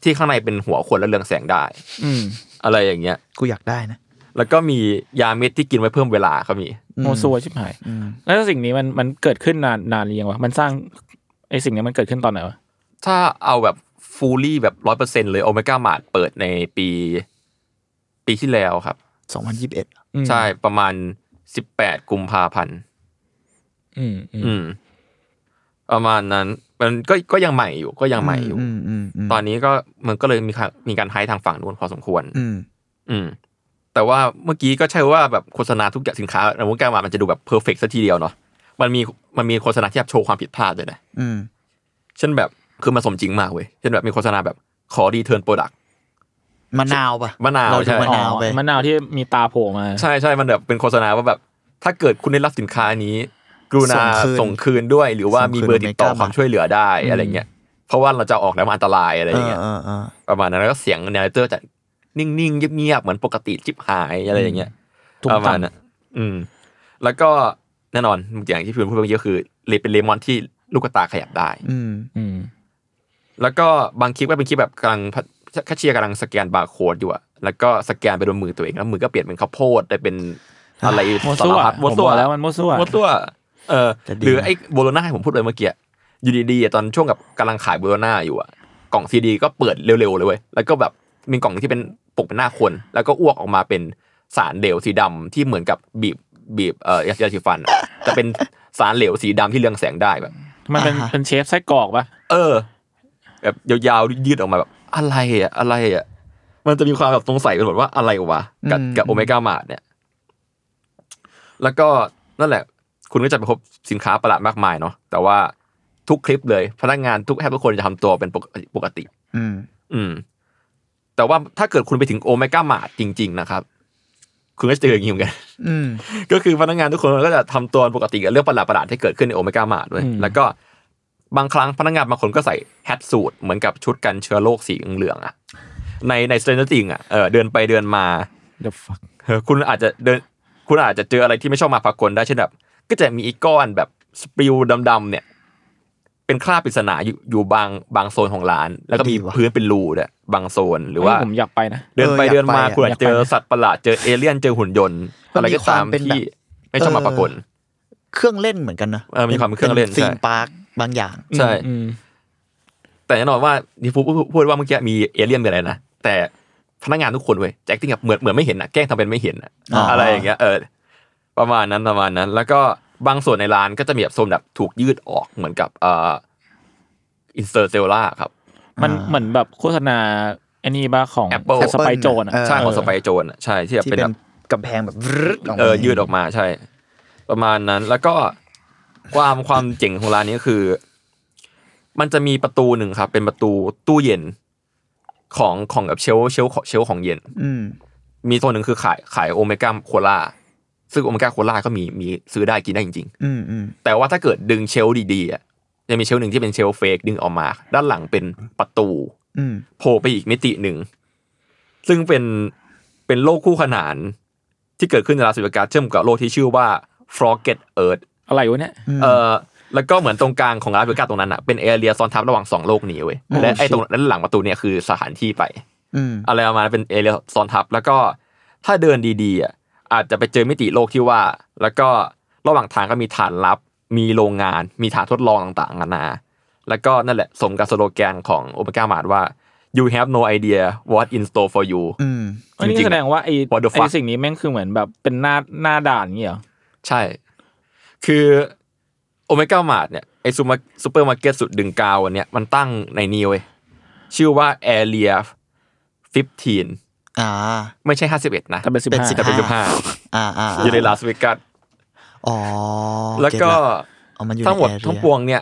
S2: ที่ข้างในเป็นหัวขวดและเรืองแสงได้
S1: อืม
S2: อะไรอย่างเงี้ย
S3: กูอยากได้นะ
S2: แล้วก็มียาเม็ดที่กินไว้เพิ่มเวลาเขามี
S3: อืม
S1: มั่วซั่วชิบหาย
S3: อืม
S1: แล้วสิ่งนี้มันมันเกิดขึ้นนานนานหรือยังวะมันสร้างไอสิ่งนี้มันเกิดขึ้นตอนไหนวะ
S2: ถ้าเอาแบบฟูลี่แบบร้อยเปอร์เซ็นเลยโอเมก้ามาดเปิดในปี ปีที่แล้วครับ
S3: สองพันยี่สิบเอ็ด
S1: อืม
S2: ใช่ประมาณสิบแปดกุมภาพันธ์
S1: อืมอืม
S2: อืมประมาณนั้น มันก็ก็ยังใหม่อยู่ ก็ยังใหม่อยู่
S3: มอืมม
S2: ตอนนี้ก็มันก็เลยมีค่ะมีการไฮทางฝั่งนู้นพอสมควร
S3: อืม
S2: อืม แต่ว่าเมื่อกี้ก็ใช่ว่าแบบโฆษณาทุกอย่างสินค้าในวงการมามันจะดูแบบเพอร์เฟกซะทีเดียวเนาะมันมีมันมีโฆษณาที่แบบโชว์ความผิดพลาดด้วยนะ
S3: อืม
S2: เช่นแบบคือมันสมจริงมากเว้ยเช่นแบบมีโฆษณาแบบขอรีเทิร์นโปรดัก
S3: มะนาวปะ
S2: มะนาว
S3: เรา
S2: ใช่
S3: ดู
S1: อ๋อน
S3: มะาวไป
S1: มะนาวที่มีตาโผล่มา
S2: ใช่ใช่มันแบบเป็นโฆษณาว่าแบบ ถ้าเกิดคุณได้รับสินค้านี้ กรุณาส่งคืนด้วย หรือว่ามีเบอร์ติดต่อความช่วยเหลือได้อะไรเงี้ยเพราะว่าเราจะออกแล้วมันอันตรายอะไรอย่างเงี้ย
S3: เออเออเออ
S2: ประมาณนั้นแล้วก็เสียงเนเรเตอร์จะนิ่งๆเงียบๆเหมือนปกติจิบหายอะไรอย่างเงี้ย
S1: อืม
S2: ประมาณนั้นอืม แล้วก็แน่นอนอย่างที่พี่พูดไปเมื่อกี้ก็คือเลเป็นเลมอนที่ลูกตาขยับได้
S3: อืม
S1: ืม
S2: แล้วก็บางคลิปก็เป็นคลิปแบบกำลังแคชเชียร์กำลังสแกนบาร์โค้ดอยู่อะแล้วก็สแกนไปโดนมือตัวเองแล้วมือก็เปลี่ยนเป็นข้าวโพดได้เป็นอะไร
S1: มั่ว
S2: สา
S1: ซั่
S2: ร
S1: ว
S2: พัด
S1: ผมบอกแล้วมันมั่วซั่ว
S2: มัวตัวเออ
S3: จะดี
S2: หรือไอ้โบโลนาที่ผมพูดไปเมื่อกี้อยู่ดีๆอะตอนช่วงกับกำลังขายโบโลนาอยู่อะกล่องซีดีก็เปิดเร็วๆเลยเว้ยแล้วก็แบบมีกล่องที่เป็นปกเป็นหน้าคน แล้วก็อ้วกออกมาเป็นสารเหลวสีดำที่เหมือนกับบีบบีบเอ่อยาสีฟันอะแต่เป็นสารเหลวสีดำที่เรืองแสงได้แบบ
S1: มันเป็น
S3: อ่าฮะ
S1: เป็นเชฟไส้กรอกปะ
S2: เออ แบบยาวๆยืดออกมาแบบอะไรอ่ะอะไรอ่ะมันจะมีความแบบสงสัยกันหมดว่าอะไรวะกับ
S3: อืม
S2: กับโอเมก้ามาดเนี่ย แล้วก็นั่นแหละ คุณก็จะไปพบสินค้าประหลาดมากมายเนาะแต่ว่าทุกคลิปเลย พนักงานทุกแทบทุกคนจะทำตัวเป็นปกติปกติ
S3: อืม
S2: อืม แต่ว่าถ้าเกิดคุณไปถึงโอเมก้ามาดจริง ๆ นะครับ คุณก็จะเจออย่างนี้เหมือนกัน
S3: อืม
S2: ก็คือพนักงานทุกคนก็จะทำตัวปกติกับเรื่องประหลาดประหลาดๆที่เกิดขึ้นในโอเมก้ามาด้วย แล้วก็บางครั้งพนักงานบางคนก็ใส่แฮทสูทเหมือนกับชุดกันเชื้อโรคสีเหลืองๆอะในในสเตนติงอะเออเดินไปเดินมา
S1: เดี๋ยวฟัก
S2: เออคุณอาจจะเดิน คุณอาจจะเจออะไรที่ไม่ชอบมาพากลได้เช่นแบบก็จะมีอีกก้อนแบบสปิวดำๆเนี่ย เป็นคราบปริศนาอยู่อยู่บางบางโซนของร้าน แล้วก็มีพื้นเป็นรูด้วยบางโซนหรือว่า
S1: ผมอยากไปนะ
S2: เดินไปเดินมาคุณอาจจะเจอสัตว์ประหลาดเจอเอเลี่ยนเจอหุ่นยนต์อะไรก็ตามที่ไม่ชอบมาปรากฏ
S3: เครื่องเล่นเหมือนกันนะ
S2: เออมีความเป็นเครื่องเล่น
S3: ซีน
S2: ใช่
S3: ปาร์คบางอย่าง
S2: ใช่
S1: อืม
S2: แต่แน่นอนว่าที่พูดพูดว่าเมื่อกี้มีเอเลี่ยนเป็นอะไรนะ แต่พนักงานทุกคนเว้ยแจ็คติ้งแบบเหมือนเหมือนไม่เห็นนะแกล้งทำเป็นไม่เห็นนะ
S3: อ๋ออ
S2: อะไรอย่างเงี้ยเออประมาณนั้นประมาณนั้น แล้วก็บางส่วนในร้านก็จะมีแบบโซนแบบถูกยืดออกเหมือนกับเอ่ออินเตอร์เซลล่าครับ
S1: มันเหมือนแบบโฆษณาไอันนี้บ้าของ
S2: Apple
S1: สไปโจนอ่ะ
S3: เออ
S2: ใช่ของสไปโจนอะใช่ที่แบบ
S3: ที่
S2: เป็น
S3: เป็น
S2: แบบ
S3: กำแพงแบบรึดออกมา
S2: เออยืดออกมาใช่ ประมาณนั้นแล้วก็ความความเจ๋งของร้านนี้ก็คือ มันจะมีประตูหนึ่งครับ เป็นประตูตู้เย็น ของของแบบเชลฟ์เชลฟ์เชลฟ์ของเย็น
S3: อืม
S2: มีโซนหนึ่งคือขายขายโอเมก้าโคลาซึ่งโอเมก้าโคลาก็มีมีซื้อได้กินได้จริง
S3: อืมอืม
S2: ๆ แต่ว่าถ้าเกิดดึงเชลฟ์ดีๆอ่ะจะมีเชลฟ์หนึ่งที่เป็นเชลฟ์เฟกดึงออกมา ด้านหลังเป็นประตู
S3: อืม
S2: โผล่ไปอีกมิติหนึ่ง ซึ่งเป็นเป็นโลกคู่ขนานที่เกิดขึ้นในลาสเวกัสเชื่อมกับโลกที่ชื่อว่า f r o g e t Earth
S1: อะไรวะเนี่ย
S3: อืม
S2: เอ่อแล้วก็เหมือนตรงกลางของลาสเวกัสตรงนั้นอ่ะเป็นเอเรียซ้อนทับระหว่างสองโลกนี้เว้ย
S3: โอ้
S2: และไอ้
S3: shit
S2: ตรงด้านหลังประตูเนี่ยคือสถานที่ไป
S3: อืม
S2: อะไรประมาณนั้นเป็นเอเรียซ้อนทับ แล้วก็ถ้าเดินดีๆอ่ะอาจจะไปเจอมิติโลกที่ว่า แล้วก็ระหว่างทางก็มีฐานลับ มีโรงงาน มีฐานทดลองต่างๆนานา แล้วก็นั่นแหละสมกับสโลแกนของโอเมก้ามาดว่า you have no idea what in store for you
S3: อืม
S1: อันนี้
S2: จริงๆ
S1: แสดงว่าไอ้
S2: What the fuck
S1: ไอ้สิ่งนี้แม่งคือเหมือนแบบเป็นหน้าหน้าด่านอย่างเงี้ยเหรอ
S2: ใช่ คือโอเมก้ามาร์ทเนี่ยไอซูมาซูเปอร์มาร์เก็ตสุดดึงกาวอันเนี้ยมันตั้งในนี้เว้ยชื่อว่า Area 15
S3: อ่า
S2: ไม่ใช่ 51 นะ
S1: แต่เป็นสิบ
S3: เป็น
S1: ห้า
S3: สิบ
S2: แต่เป็น
S3: 15
S2: 15
S3: อ่าอ่า
S2: อยู่ในลาสเวกัส
S3: อ๋อ
S2: แล้วก็
S3: เอามันอยู่ใน
S2: ทั้งหมด
S3: แอเรีย
S2: ทั้งปวงเนี่ย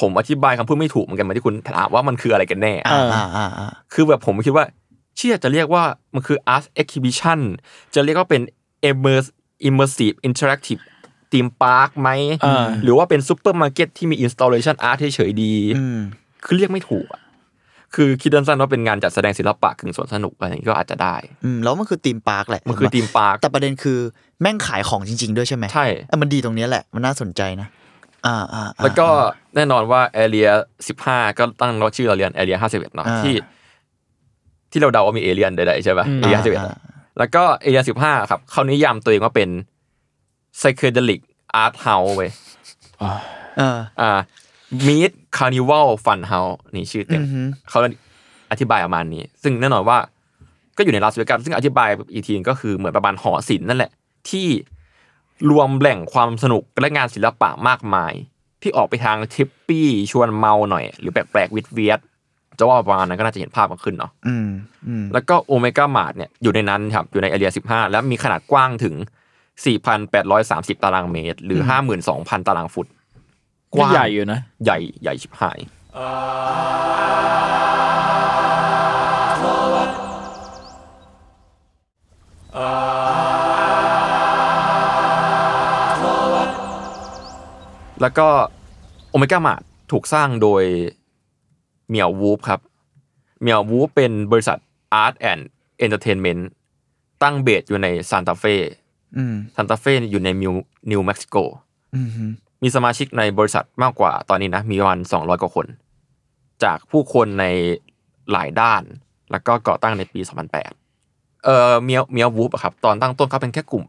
S2: ผมอธิบายคำพูดไม่ถูกเหมือนกันเหมาที่คุณถามว่ามันคืออะไรกันแน่
S3: อ่าอ่าอ่าอ่า
S2: คือแบบผมคิดว่า เชื่อจะเรียกว่ามันคือ art exhibition จะเรียกว่าเป็น immers- immersive interactive theme park ไหม
S1: อ่า
S2: หรือว่าเป็นซูเปอร์มาร์เก็ตที่มี installation art เฉยๆดี
S3: อืม
S2: คือเรียกไม่ถูกอ่ะ คือคิดสั้นๆว่าเป็นงานจัดแสดงศิลปะกึ่งสวนสนุกอะไรอย่างนี้ก็อาจจะได้
S3: อืมแล้วมันคือธีมปาร์คแหละ
S2: มันคือธีมปาร์ค
S3: แต่ประเด็นคือแม่งขายของจริง ๆ ด้วยใช่ไหม
S2: ใช่
S3: เออมันดีตรงเนี้ยแหละมันน่าสนใจนะ อ่าอ่าอ่า
S2: แล้วก็แน่นอนว่าแอเรีย15 ก็ตั้งว่าชื่อเราเรียนแอเรีย51เนาะ
S3: อ่า
S2: ที่ ที่เราเดาว่ามีเอเลียนใดๆใช่ป่ะเอเลีย51
S3: อ่า
S2: อะแล้วก็เอเลีย15 ครับเขานิยามตัวเองว่าเป็น psychedelic art house เว้ย
S3: อ่า
S2: อ่า meet carnival fun house นี่ชื่อ
S3: เออ
S2: เต็
S3: อื
S2: ม
S3: อหือ
S2: เขาอธิบายประมาณนี้ ซึ่งแน่นอนว่าก็อยู่ในลาสเวกัสซึ่งอธิบายอีกทีก็คือเหมือนประมาณหอศิลป์นั่นแหละ ที่รวมแหล่งความสนุกและงานศิลปะมากมาย ที่ออกไปทางทริปปี้ชวนเมาหน่อย หรือแปลกๆวิดเวียดจะว่าประมาณนั้นก็น่าจะเห็นภาพมันขึ้นเนาะ
S3: อืมอืม
S2: แล้วก็โอเมก้ามาดเนี่ยอยู่ในนั้นครับ อยู่ในเอเรีย15 แล้วมีขนาดกว้างถึง 4,830 ตารางเมตร หรือ 52,000 ตารางฟุต ก
S1: ก็
S2: ว้าง
S1: ใหญ่อยู่นะ
S2: ใหญ่ใหญ่ชิบหาย แล้วก็โอเมก้ามาถูกสร้างโดยเมียววูฟครับเมียววูฟเป็นบริษัท Art and Entertainment ตั้งเบสอยู่ในซานตาเฟ่
S3: อืม
S2: ซานตาเฟ่อยู่ในมิวนิวเม็กซิโก
S3: อืมอืม
S2: มีสมาชิกในบริษัทมากกว่าตอนนี้นะ มีประมาณ200 กว่าคน จากผู้คนในหลายด้าน แล้วก็ก่อตั้งในปี 2008 เอ่อเมียวเมียววูฟอะครับ ตอนตั้งต้นเขาเป็นแค่กลุ่ม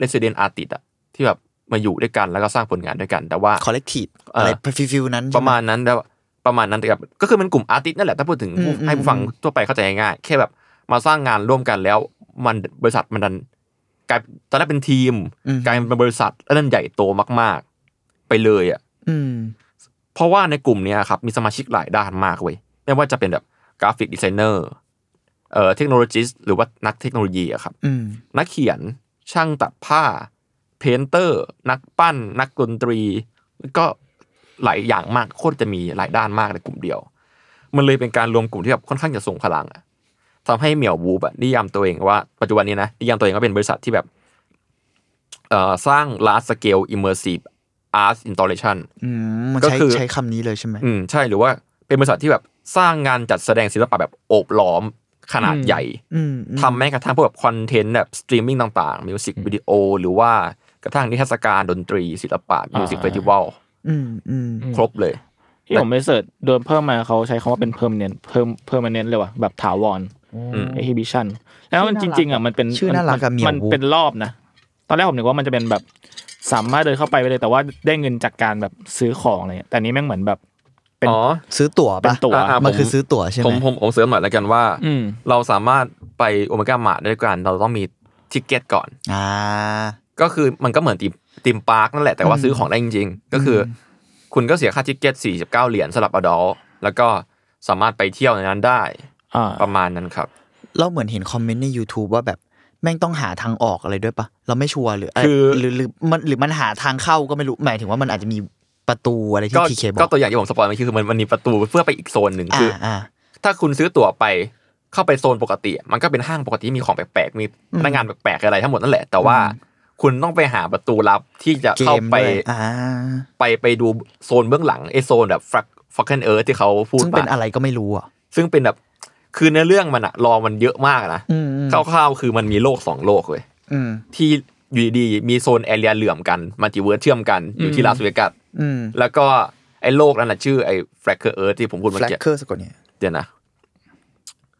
S2: resident artist อะที่แบบมาอยู่ด้วยกันแล้วก็สร้างผลงานด้วยกัน แต่ว่า
S3: คอลเลกทีฟอะไร
S2: เออ
S3: ฟิลฟิลนั้น
S2: ป
S3: ใช่ไห
S2: ระมาณนั้นแต่ว่าประมาณนั้นแต่แบบก็คือมันกลุ่มอาร์ติสต์นั่นแหละถ้าพูดถึง
S3: อืม
S2: ให้ผู้ฟังทั่วไปเข้าใจง่ายๆแค่แบบมาสร้างงานร่วมกันแล้ว มันบริษัทมันดันกลายตอนแรกเป็นทีมกลายเป็นบริษัทแล้วนั่นใหญ่โตมาก ๆ ไปเลยอ่ะ
S3: อืม
S2: เพราะว่าในกลุ่มเนี้ยครับมีสมาชิกหลายด้านมากเว้ยไม่ว่าจะเป็นแบบกราฟิกดีไซเนอร์เอ่อเทคโนโลยีหรือว่านักเทคโนโลยีอะครับ
S3: อืม
S2: นักเขียนช่างตัดผ้า เพนเตอร์ นักปั้น นักดนตรีแล้วก็หลายอย่างมากโคตรจะมีหลายด้านมากในกลุ่มเดียว มันเลยเป็นการรวมกลุ่มที่แบบค่อนข้างจะทรงพลังอะทำให้เหมียววูบอะนิยามตัวเองว่าปัจจุบันนี้นะนิยามตัวเองว่าเป็นบริษัทที่แบบเอ่อสร้าง large scale immersive art installation
S3: อืมมัน
S2: ก็
S3: ใช้
S2: คือ
S3: ใช้คำนี้เลยใช่ไหม
S2: อืมใช่หรือว่าเป็นบริษัทที่แบบสร้างงานจัดแสดงศิลปะแบบโอบล้อมขนาด
S1: อืม
S2: ใหญ่
S3: อืมอืม
S2: ทำแม้กระทั่งพวกแบบคอนเทนต์แบบสตรีมมิ่งต่างๆมิวสิกวิดีโอหรือว่ากระทั่งนิทรรศการดนตรีศิลปะมิวสิกเฟสติวัล
S3: อืมอืม
S1: อืม
S2: ครบเลย
S1: ที่ผมไปเสิร์ชโดนเพิ่มมาเขาใช้คำว่าเป็นเพิ่มเน้นเพิ่มเพิ่มมาเน้นเลยว่ะแบบถาวร
S2: อืม
S1: exhibition แล้วมันจริง ๆอ่ะมันเป็น
S3: ชื่อน่ารักอะเหมียว
S1: มันเป็นรอบนะ ตอนแรกผมนึกว่ามันจะเป็นแบบสามารถเดินเข้าไปไปเลย แต่ว่าได้เงินจากการแบบซื้อของอะไรเงี้ยแต่อันนี้แม่งเหมือนแบบ เป็น
S2: อ๋อ
S3: ซื้อตั๋ว
S1: เป็
S3: ปะ
S1: นตั๋ว
S2: อ่าๆผม
S3: มันคือซื้อตั๋วใช่ไห
S2: ผม มผมผมเสริมหน่อยแล้วกันว่า
S1: อืม
S2: เราสามารถไปโอเมก้ามาด้วยกันเราต้องมีทิกเก็ตก่อน
S3: อ่า
S2: ก็คือมันก็เหมือนติมติมปาร์คนั่นแหละแต่ว่าซื้อของได้จริงๆ ก็คืออคุณก็เสียค่าทิกเก็ต49 เหรียญสำหรับอดอลแล้วก็สามารถไปเที่ยวในนั้นได้
S1: อ่า
S2: ประมาณนั้นครับ
S3: เราเหมือนเห็นคอมเมนต์ใน YouTube ว่าแบบแม่งต้องหาทางออกอะไรด้วยปะเราไม่ชัวร์หรือ
S2: คือ
S3: หรือหรือมันหรือมันหาทางเข้าก็ไม่รู้หมายถึงว่ามันอาจจะมีประตูอะไรที่
S2: ก็
S3: ทีเคบ
S2: ก็
S3: อก
S2: ตัวอย่างที่ผมสปอยล์เมื่อกี้คือมันมันมีประตูเพื่อไปอีกโซนหนึ่ง
S3: อ่า
S2: คือ
S3: อ่า
S2: ถ้าคุณซื้อตั๋วไปเข้าไปโซนปกติ มันก็เป็นห้างปกติที่มีของแปลกๆมีพนักงานแปลกๆอะไรทั้งหมดนั่นแหละ แต่ว่าคุณต้องไปหาประตูลับที่จะ
S3: เก
S2: เข้ามไป
S3: ด้วยอ่า
S2: ไปไปดูโซนเบื้องหลังไอโซนแบบฟักฟักเกนเอิร์ที่เขาพูด
S3: ซึ่ง
S2: มา
S3: เป็นอะไรก็ไม่รู้อ่ะ
S2: ซึ่งเป็นแบบ คือเนื้อเรื่องมันอะรอมันเยอะมากนะ
S3: อืมอืม
S2: คร่าวๆคือมันมีโลกสองโลกเว้ย
S3: อืม
S2: ที่อยู่ดีๆมีโซนแอเรียเหลื่อมกันมัลติเวิร์สเชื่อมกันอยู่ที่ลาสเวกัส
S3: อืม
S2: แล้วก็ไอ้โลกนั้นน่ะชื่อไอ้แฟลกเกอร์เอิร์ธที่ผมพูด
S3: แฟ
S2: เมื่อ
S3: ลก
S2: กี้
S3: เกอร์สะกดเนี่ย
S2: เดี๋ยวนะ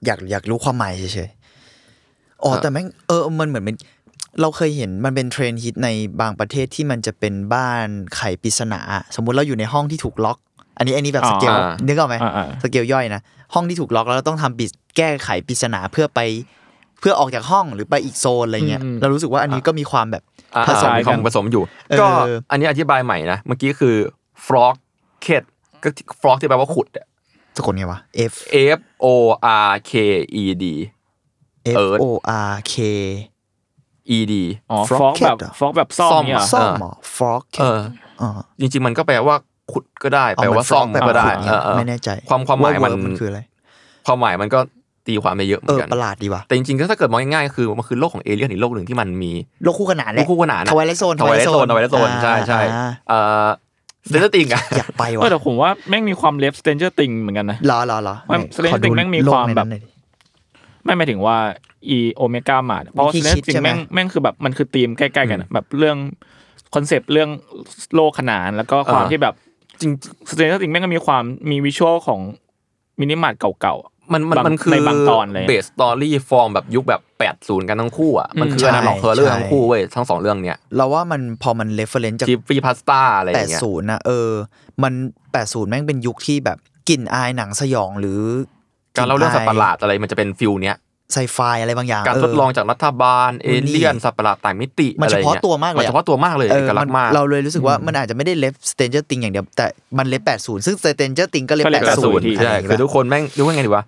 S3: อยากอยากรู้ความหมายเฉยๆอ๋อแต่แม่งเออมันเหมือนเป็นเราเคยเห็นมันเป็นเทรนด์ฮิตในบางประเทศที่มันจะเป็นบ้านไขปริศนา สมมุติเราอยู่ในห้องที่ถูกล็อก อันนี้อันนี้แบบสเกล
S2: อ่านึ
S3: นึกออกไหม
S1: อ่าอ่า
S3: สเกลย่อยนะ ห้องที่ถูกล็อกแล้วเราต้องทำปิดแก้ไขปริศนาเพื่อไปเพื่อออกจากห้องหรือไปอีกโซนอะไรเงี้ยเรารู้สึกว่าอันนี้ก็มีความแบบ
S2: อ่า
S3: ผสม
S2: อ่ามีของผสมอยู่
S3: เออ
S2: ก็อันนี้อธิบายใหม่นะ เมื่อกี้คือฟรอกเคดก็ฟรอกที่แปลว่าขุดอะ
S3: สะกดไงวะ F
S2: F O R K E D
S3: F
S2: เอิร์ธ
S3: O R K
S2: E D
S1: อ๋อฟอ
S3: Frog
S1: กแบบ
S3: Cat เหรอ
S1: ฟอกแบบซ่อม
S2: ซ่อม
S1: เนี่ยเหรอ
S3: ซ่อมเหรอ frog
S2: เออ
S3: อ๋อ
S2: จริงๆมันก็แปลว่าขุดก็ได้
S3: เอ
S2: แปล
S3: เห
S2: ว่า
S3: อน
S2: ซ่อม
S3: frog แปล
S2: ก็
S3: ว่า
S2: ได้
S3: ขุเนี่ย
S2: เออเออ
S3: ไม่แน่ใจ
S2: ความความหมาย
S3: ว่
S2: มัน
S3: เวิร์บมันคืออะไร
S2: ความหมายมันก็ตีความไปเยอะเหมื
S3: เอ
S2: อน
S3: อ
S2: กัน
S3: ประหลาดดีว่ะ
S2: แต่จริงๆก็ถ้าเกิดมองง่ายๆคือมันคือโลกของเอเลี่ยนอีกโลกหนึ่งที่มันมี
S3: โลกคู่ขนานแห
S2: ลู
S3: ละ
S2: กคู่ขนาน
S3: ทวายไลโซน
S2: ทวายไลโซนทวายไลโซนใช่ใช่เอ่อเดนติงอะ
S3: อยากไป
S1: เออ
S3: ว่ะ
S1: แต่ผมว่าแม่งมีความเลฟสเตนเจอร์ติงเหมือนกันนะ
S3: รอรอรอ
S1: มัน
S3: ไหน
S1: Stranger
S3: ขอดู
S1: Things แม่งมี
S3: โลก
S1: ความ
S3: ใน
S1: แบบ
S3: นั้นหน่อยดิ
S1: ไม่หมายถึงว่าอีโอเมก้ามาดเพราะ
S3: วิ
S1: ฉะ
S3: ธี
S1: นั้
S3: คิ
S1: น
S3: ด
S1: จริ
S3: ใช่
S1: ง
S3: ไหม
S1: แม่งแม่งคือแบบมันคือธีมใกล้ๆกันอะแบบเรื่องคอนเซปต์เรื่องโลกขนานแล้วก็ความ
S2: อ่า
S1: ที่แบบ
S2: จริง
S1: สเตนเจอร์ติงแม่งก็มีความมีวิชวลของมินิมาร์ทเก่าๆอะ
S2: มันมัน
S1: บาง
S2: มันคือ
S1: ในบางตอนเลย
S2: เบสสตอรี่ฟอร์มแบบยุคแบบ80 กันทั้งคู่อ่ะ มันคือ
S3: ใช่
S2: อนาล็อกเทอร์เรอร์
S3: ใช่
S2: ทั้งคู่เว้ยทั้งสองเรื่องเนี้ย
S3: เราว่ามันพอมันเรฟเฟรนซ์จาก
S2: จีฟรีพาสต้าอะไรอ
S3: แป
S2: ย่า
S3: ด
S2: งเงี้ย
S3: ศูนย์นะเออ มันแปดศูนย์แม่งเป็นยุคที่แบบกลิ่นอายหนังสยองหรือ
S2: การเล่าเรื่องสัตว์ประหลาดอะไรมันจะเป็นฟิลเนี้ย
S3: ไซไฟอะไรบางอย่าง
S2: การ
S3: เ
S2: ทดลองจากรัฐบาลเอ
S3: มันนี่
S2: เลี่ยนสัตว์ประหลาดต่างมิติ
S3: มัน
S2: อะไร
S3: เฉพาะ
S2: งี้ย
S3: ตัวมากเล
S2: มั
S3: ยอะ
S2: นเฉพาะตัวมากเลย
S3: เอ
S2: เอ
S3: อก
S2: ลักษณ์มาก
S3: มันเราเลยรู้สึกว่ามันอาจจะไม่ได้เลฟสเตนเจอร์ติงอย่างเดียว แต่มันเลฟแปดศูนย์ซึ่งสเตนเจอร์ติงก็เลฟ
S1: ก็เลฟ
S3: แปด
S1: 80
S3: ศู
S1: 80
S3: นย์
S1: ที่
S2: ใช่คือทุกคนแม่งรู้ว่าไงดีวะ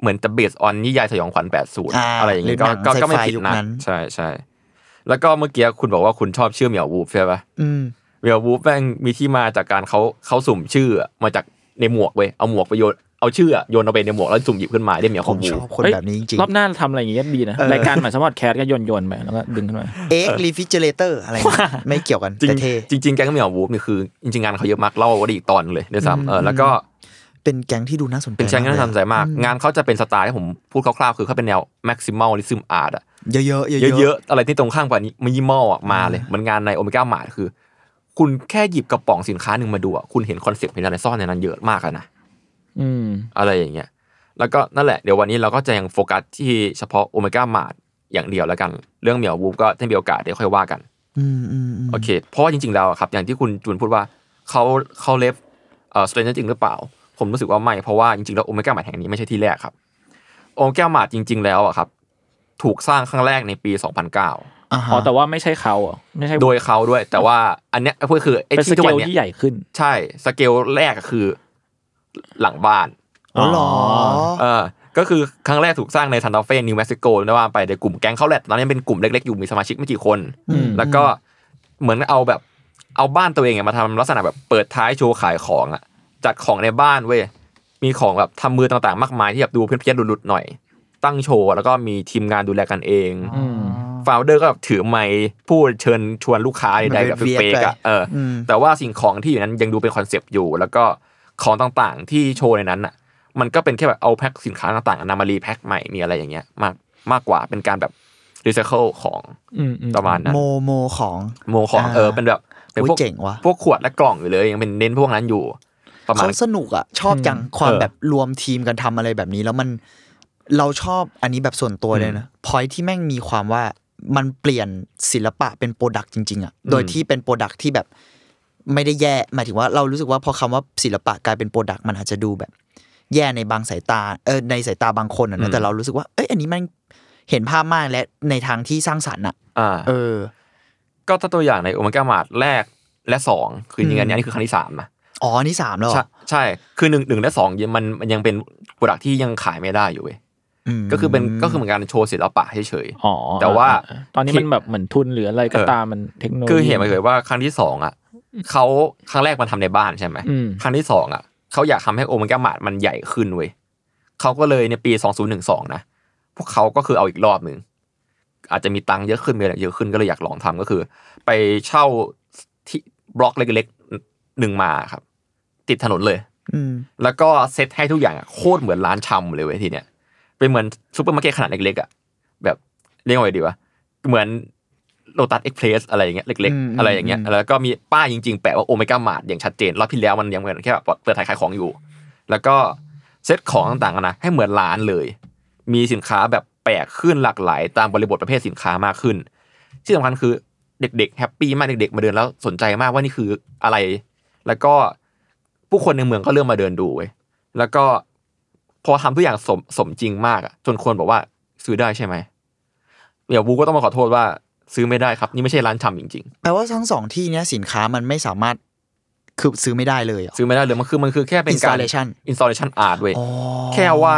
S2: เหมือนจะเบสออนนิยายสยองขวัญ
S3: อ่า
S2: 80 อะไรอย่างเงี้ย
S3: ห
S2: ก็
S3: นั
S2: ก็
S3: ซฟฟ
S2: ก็ไม่ผิด
S3: ยุค
S2: นะ
S3: นั้น
S2: ใช่ใช่แล้วก็เมื่อกี้คุณบอกว่าคุณชอบชื่อเหมียววูฟใช่ปะ
S3: อืม
S2: เวลวูฟแม่งมีที่มาจากการเขาเขาสุ่มชื่อมาจากในหมวกเว้ยเอาหมวกไปโยนเอาชื่ออะโยนเอาไปในหมวกแล้วสุ่มหยิบขึ้นมาได้เหมียว
S3: ผ
S2: ขอ
S3: ม
S2: งวู
S3: ช
S2: ฟ
S3: อบคน
S1: เฮ้ย
S3: แบบนี้จริง
S1: รอบหน้าทำอะไรอย่างเงี้ยดีนะ
S3: เออ
S1: รายการหมายสมอดแคสก็โยนโยนๆไปแล้วก็ดึงขึ้นมา
S3: เอ็กรีฟิเจเลเตอร์อะไรเนี่ยไม่เกี่ยวกัน
S2: จริ
S3: แต่เท่
S2: งจริงๆแก๊งเหมียววูฟนี่คือจริงๆงานเขาเยอะมากเล่าไว่าได้อีกตอนหนึ่งเลยด้วยซ้ำเออแล้วก็
S3: เป็นแก๊งที่ดูน่าสนใจ
S2: เป็นแชงที่น่าสนใจมาก งานเขาจะเป็นสไตล์ที่ผมพูดคร่าวๆ คือเขาเป็นแนว maximalism art อะ
S3: เยอะเยอะๆเยอะๆ
S2: เยอะๆ อะไรที่ตรงข้ามกว่านี้มินิมอลอะมาเลยเหมือนงานในโอเมก้ามาคือ คุณแค่หยิบกระป๋องสินค้าหนึ่งมาดูอะคุณเห็นคอนเซ็ปต์เห็นอะไรซ่อนในนั้นเยอะมากอะนะ
S1: อืม
S2: อะไรอย่างเงี้ย แล้วก็นั่นแหละเดี๋ยววันนี้เราก็จะยังโฟกัสที่เฉพาะโอเมก้ามาดอย่างเดียวแล้วกัน เรื่องเหมียววูฟก็ถ้ามีโอกาสเดี๋ยวค่อยว่ากัน
S3: อืมอืมอืม
S2: โอเค เพราะว่าจริงๆแล้วอะครับ อย่างที่คุณจุนพูดว่าเขาเขาเลฟเอ่อสเตรนจ์จริงหรือเปล่า ผมรู้สึกว่าไม่ เพราะว่าจริงๆแล้วโอเมก้ามาดแห่งนี้ไม่ใช่ที่แรกครับ โอเมก้ามาดจริง ๆ แล้วอะครับ ถูกสร้างครั้งแรกในปี 2009
S3: อ่า
S1: อ๋อ
S3: ฮะ
S1: แต่ว่าไม่ใช่เขาเหรอไม่ใช่
S2: โดยเขาด้วย แต่ว่าอันเนี้ยก็คือไอ้
S1: เป็นส
S2: ที่ทุก
S1: เก
S2: วัน
S1: ล
S2: เนี้
S1: ที่
S2: ย
S1: ใหญ่ขึ้น
S2: ใช่สเกลแรกอะคือหลังบ้าน
S3: อ๋อเหรอ
S2: เออก็คือครั้งแรกถูกสร้างในซันตาเฟนิวเม็กซิโกนะว่าไปในกลุ่มแก๊งเขาแหละตอนนั้นยังเป็นกลุ่มเล็กๆ อยู่มีสมาชิกไม่กี่คน
S3: อืม
S2: แล้วก็เหมือนเอาแบบเอาบ้านตัวเองอะมาทำลักษณะแบบเปิดท้ายโชว์ขายของอะจัดของในบ้านเว้ยมีของแบบทำมือต่างๆ มากมายที่แบบดูเพี้ยนๆหลุดๆหน่อย ตั้งโชว์แล้วก็มีทีมงานดูแลกันเอง
S1: อืม
S2: โฟลเดอร์ก็แบบถือไมค์พูดเชิญชวนลูกค้าใดๆแบบเฟกๆอะเออ
S3: อืม
S2: แต่ว่าสิ่งของที่อยู่นั้นยังดูเป็นคอนเซปต์อยู่ แล้วก็ของต่างๆที่โชว์ในนั้นอ่ะ มันก็เป็นแค่แบบเอาแพ็คสินค้าต่างๆนำมารีแพ็คใหม่มีอะไรอย่างเงี้ยมากมากกว่าเป็นการแบบรีไซเคิลของ
S1: อืมอืม
S2: ประมาณนั้น
S3: โมโมของ
S2: โมของ
S3: อ่า
S2: เออเป็นแบบเป็นพวก
S3: โอ้ยเจ๋งว่ะ
S2: พวกขวดและกล่องอยู่เลยยังเป็นเน้นพวกนั้นอยู่ ประมาณ
S3: เขาสนุกอ่ะ ชอบจังความ
S2: เออ
S3: แบบรวมทีมกันทำอะไรแบบนี้ แล้วมันเราชอบอันนี้แบบส่วนตัวเลยนะพอยที่แม่งมีความว่ามันเปลี่ยนศิลปะเป็นโปรดักจริง ๆอ่ะโดยที่เป็นโปรดักที่แบบไม่ได้แย่หมายถึงว่าเรารู้สึกว่าพอคำว่าศิลปะกลายเป็นโปรดักมันอาจจะดูแบบ แย่ในบางสายตาเออในสายตาบางคนอ่ะ
S2: อื
S3: นะ
S2: ม
S3: แต่เรารู้สึกว่าเอ้ยอันนี้แมันเห็นภาพมากและในทางที่สร้างสรรค์อ่ะ
S2: อ่า
S3: เออ
S2: ก็ถ้าตัวอย่างในโอเมก้ามาดแรกและสองคือจริงๆอันนี้อันนี้คือครั้งที่สามนะ
S3: อ๋ออันนี่สามแล้วเหร
S2: ใช่
S3: อ
S2: ใช่คือหนึ่งหนึ่งและสองยังมันมันยังเป็นโปรดักที่ยังขายไม่ได้อยู่เว้ย
S3: อืม
S2: ก็คือเป็นก็คือเหมือนการโชว์ศิลปะเฉยๆ
S1: อ๋อ
S2: แต่ว่า
S1: ตอนนี้มันแบบเหมือนทุนหรืออะไรก็
S2: เออ
S1: ตามมันเทคโนโลยี
S2: คือเห็นมาเลยว่าครั้งที่สองอ่ะเขาครั้งแรกมันทำในบ้านใช่ไหม
S1: อืม
S2: ครั้งที่สองอ่ะเขาอยากทำให้โอเมก้ามาดมันใหญ่ขึ้นเว้ยเขาก็เลยในปีสองศูนย์หนึ่งสองนะพวกเขาก็คือเอาอีกรอบหนึ่งอาจจะมีตังค์เยอะขึ้นมีอะไรเยอะขึ้นก็เลยอยากลองทำก็คือ ไปเช่าที่บล็อกเล็กๆหนึ่งมาครับ ติดถนนเลย
S3: อืม
S2: แล้วก็เซตให้ทุกอย่างอะโคตรเหมือนร้านชำเลยเว้ยทีเนี้ย เป็นเหมือนซูเปอร์มาร์เก็ตขนาดเล็กๆอ่ะแบบเรียกว่าไงดีวะเหมือนโ o ตัสเอ็กเพรสอะไรอย่างเงี้ยเล็ก
S3: อืม
S2: ๆ อะไรอย่างเงี้ย
S3: อืม
S2: แล้วก็มีป้ายจริง ๆ แปะว่าโอเมก้ามาดอย่างชัดเจนรอบที่แล้วมันยังเหมือนแค่แบบเปิดขายขายของอยู่ แล้วก็เซ็ตของต่างๆอะนะให้เหมือนร้านเลย มีสินค้าแบบแปลกขึ้นหลากหลาย ตามบริบทประเภทสินค้ามากขึ้น ที่สำคัญคือเด็กๆแฮปปี้มากเด็ก ๆ มาเดินแล้วสนใจมากว่านี่คืออะไร แล้วก็ผู้คนในเมืองก็เริ่มมาเดินดูเว้ยแล้วก็พอทำทุกอย่างสมสมจริงมากอะจนคนบอกว่าซื้อได้ใช่ไหมเดี๋ยวบูก็ต้องมาขอโทษว่าซื้อไม่ได้ครับ นี่ไม่ใช่ร้านชำจริง
S3: แปลว่าทั้งสองที่เนี้ยสินค้ามันไม่สามารถคือซื้อไม่ได้เลยเหรอ
S2: ๆ ซื้อไม่ได้เลยมันคือมันคือแค่เป็นการ
S3: Installation
S2: installation art เว้ย
S3: อ๋อ
S2: แค่ว่า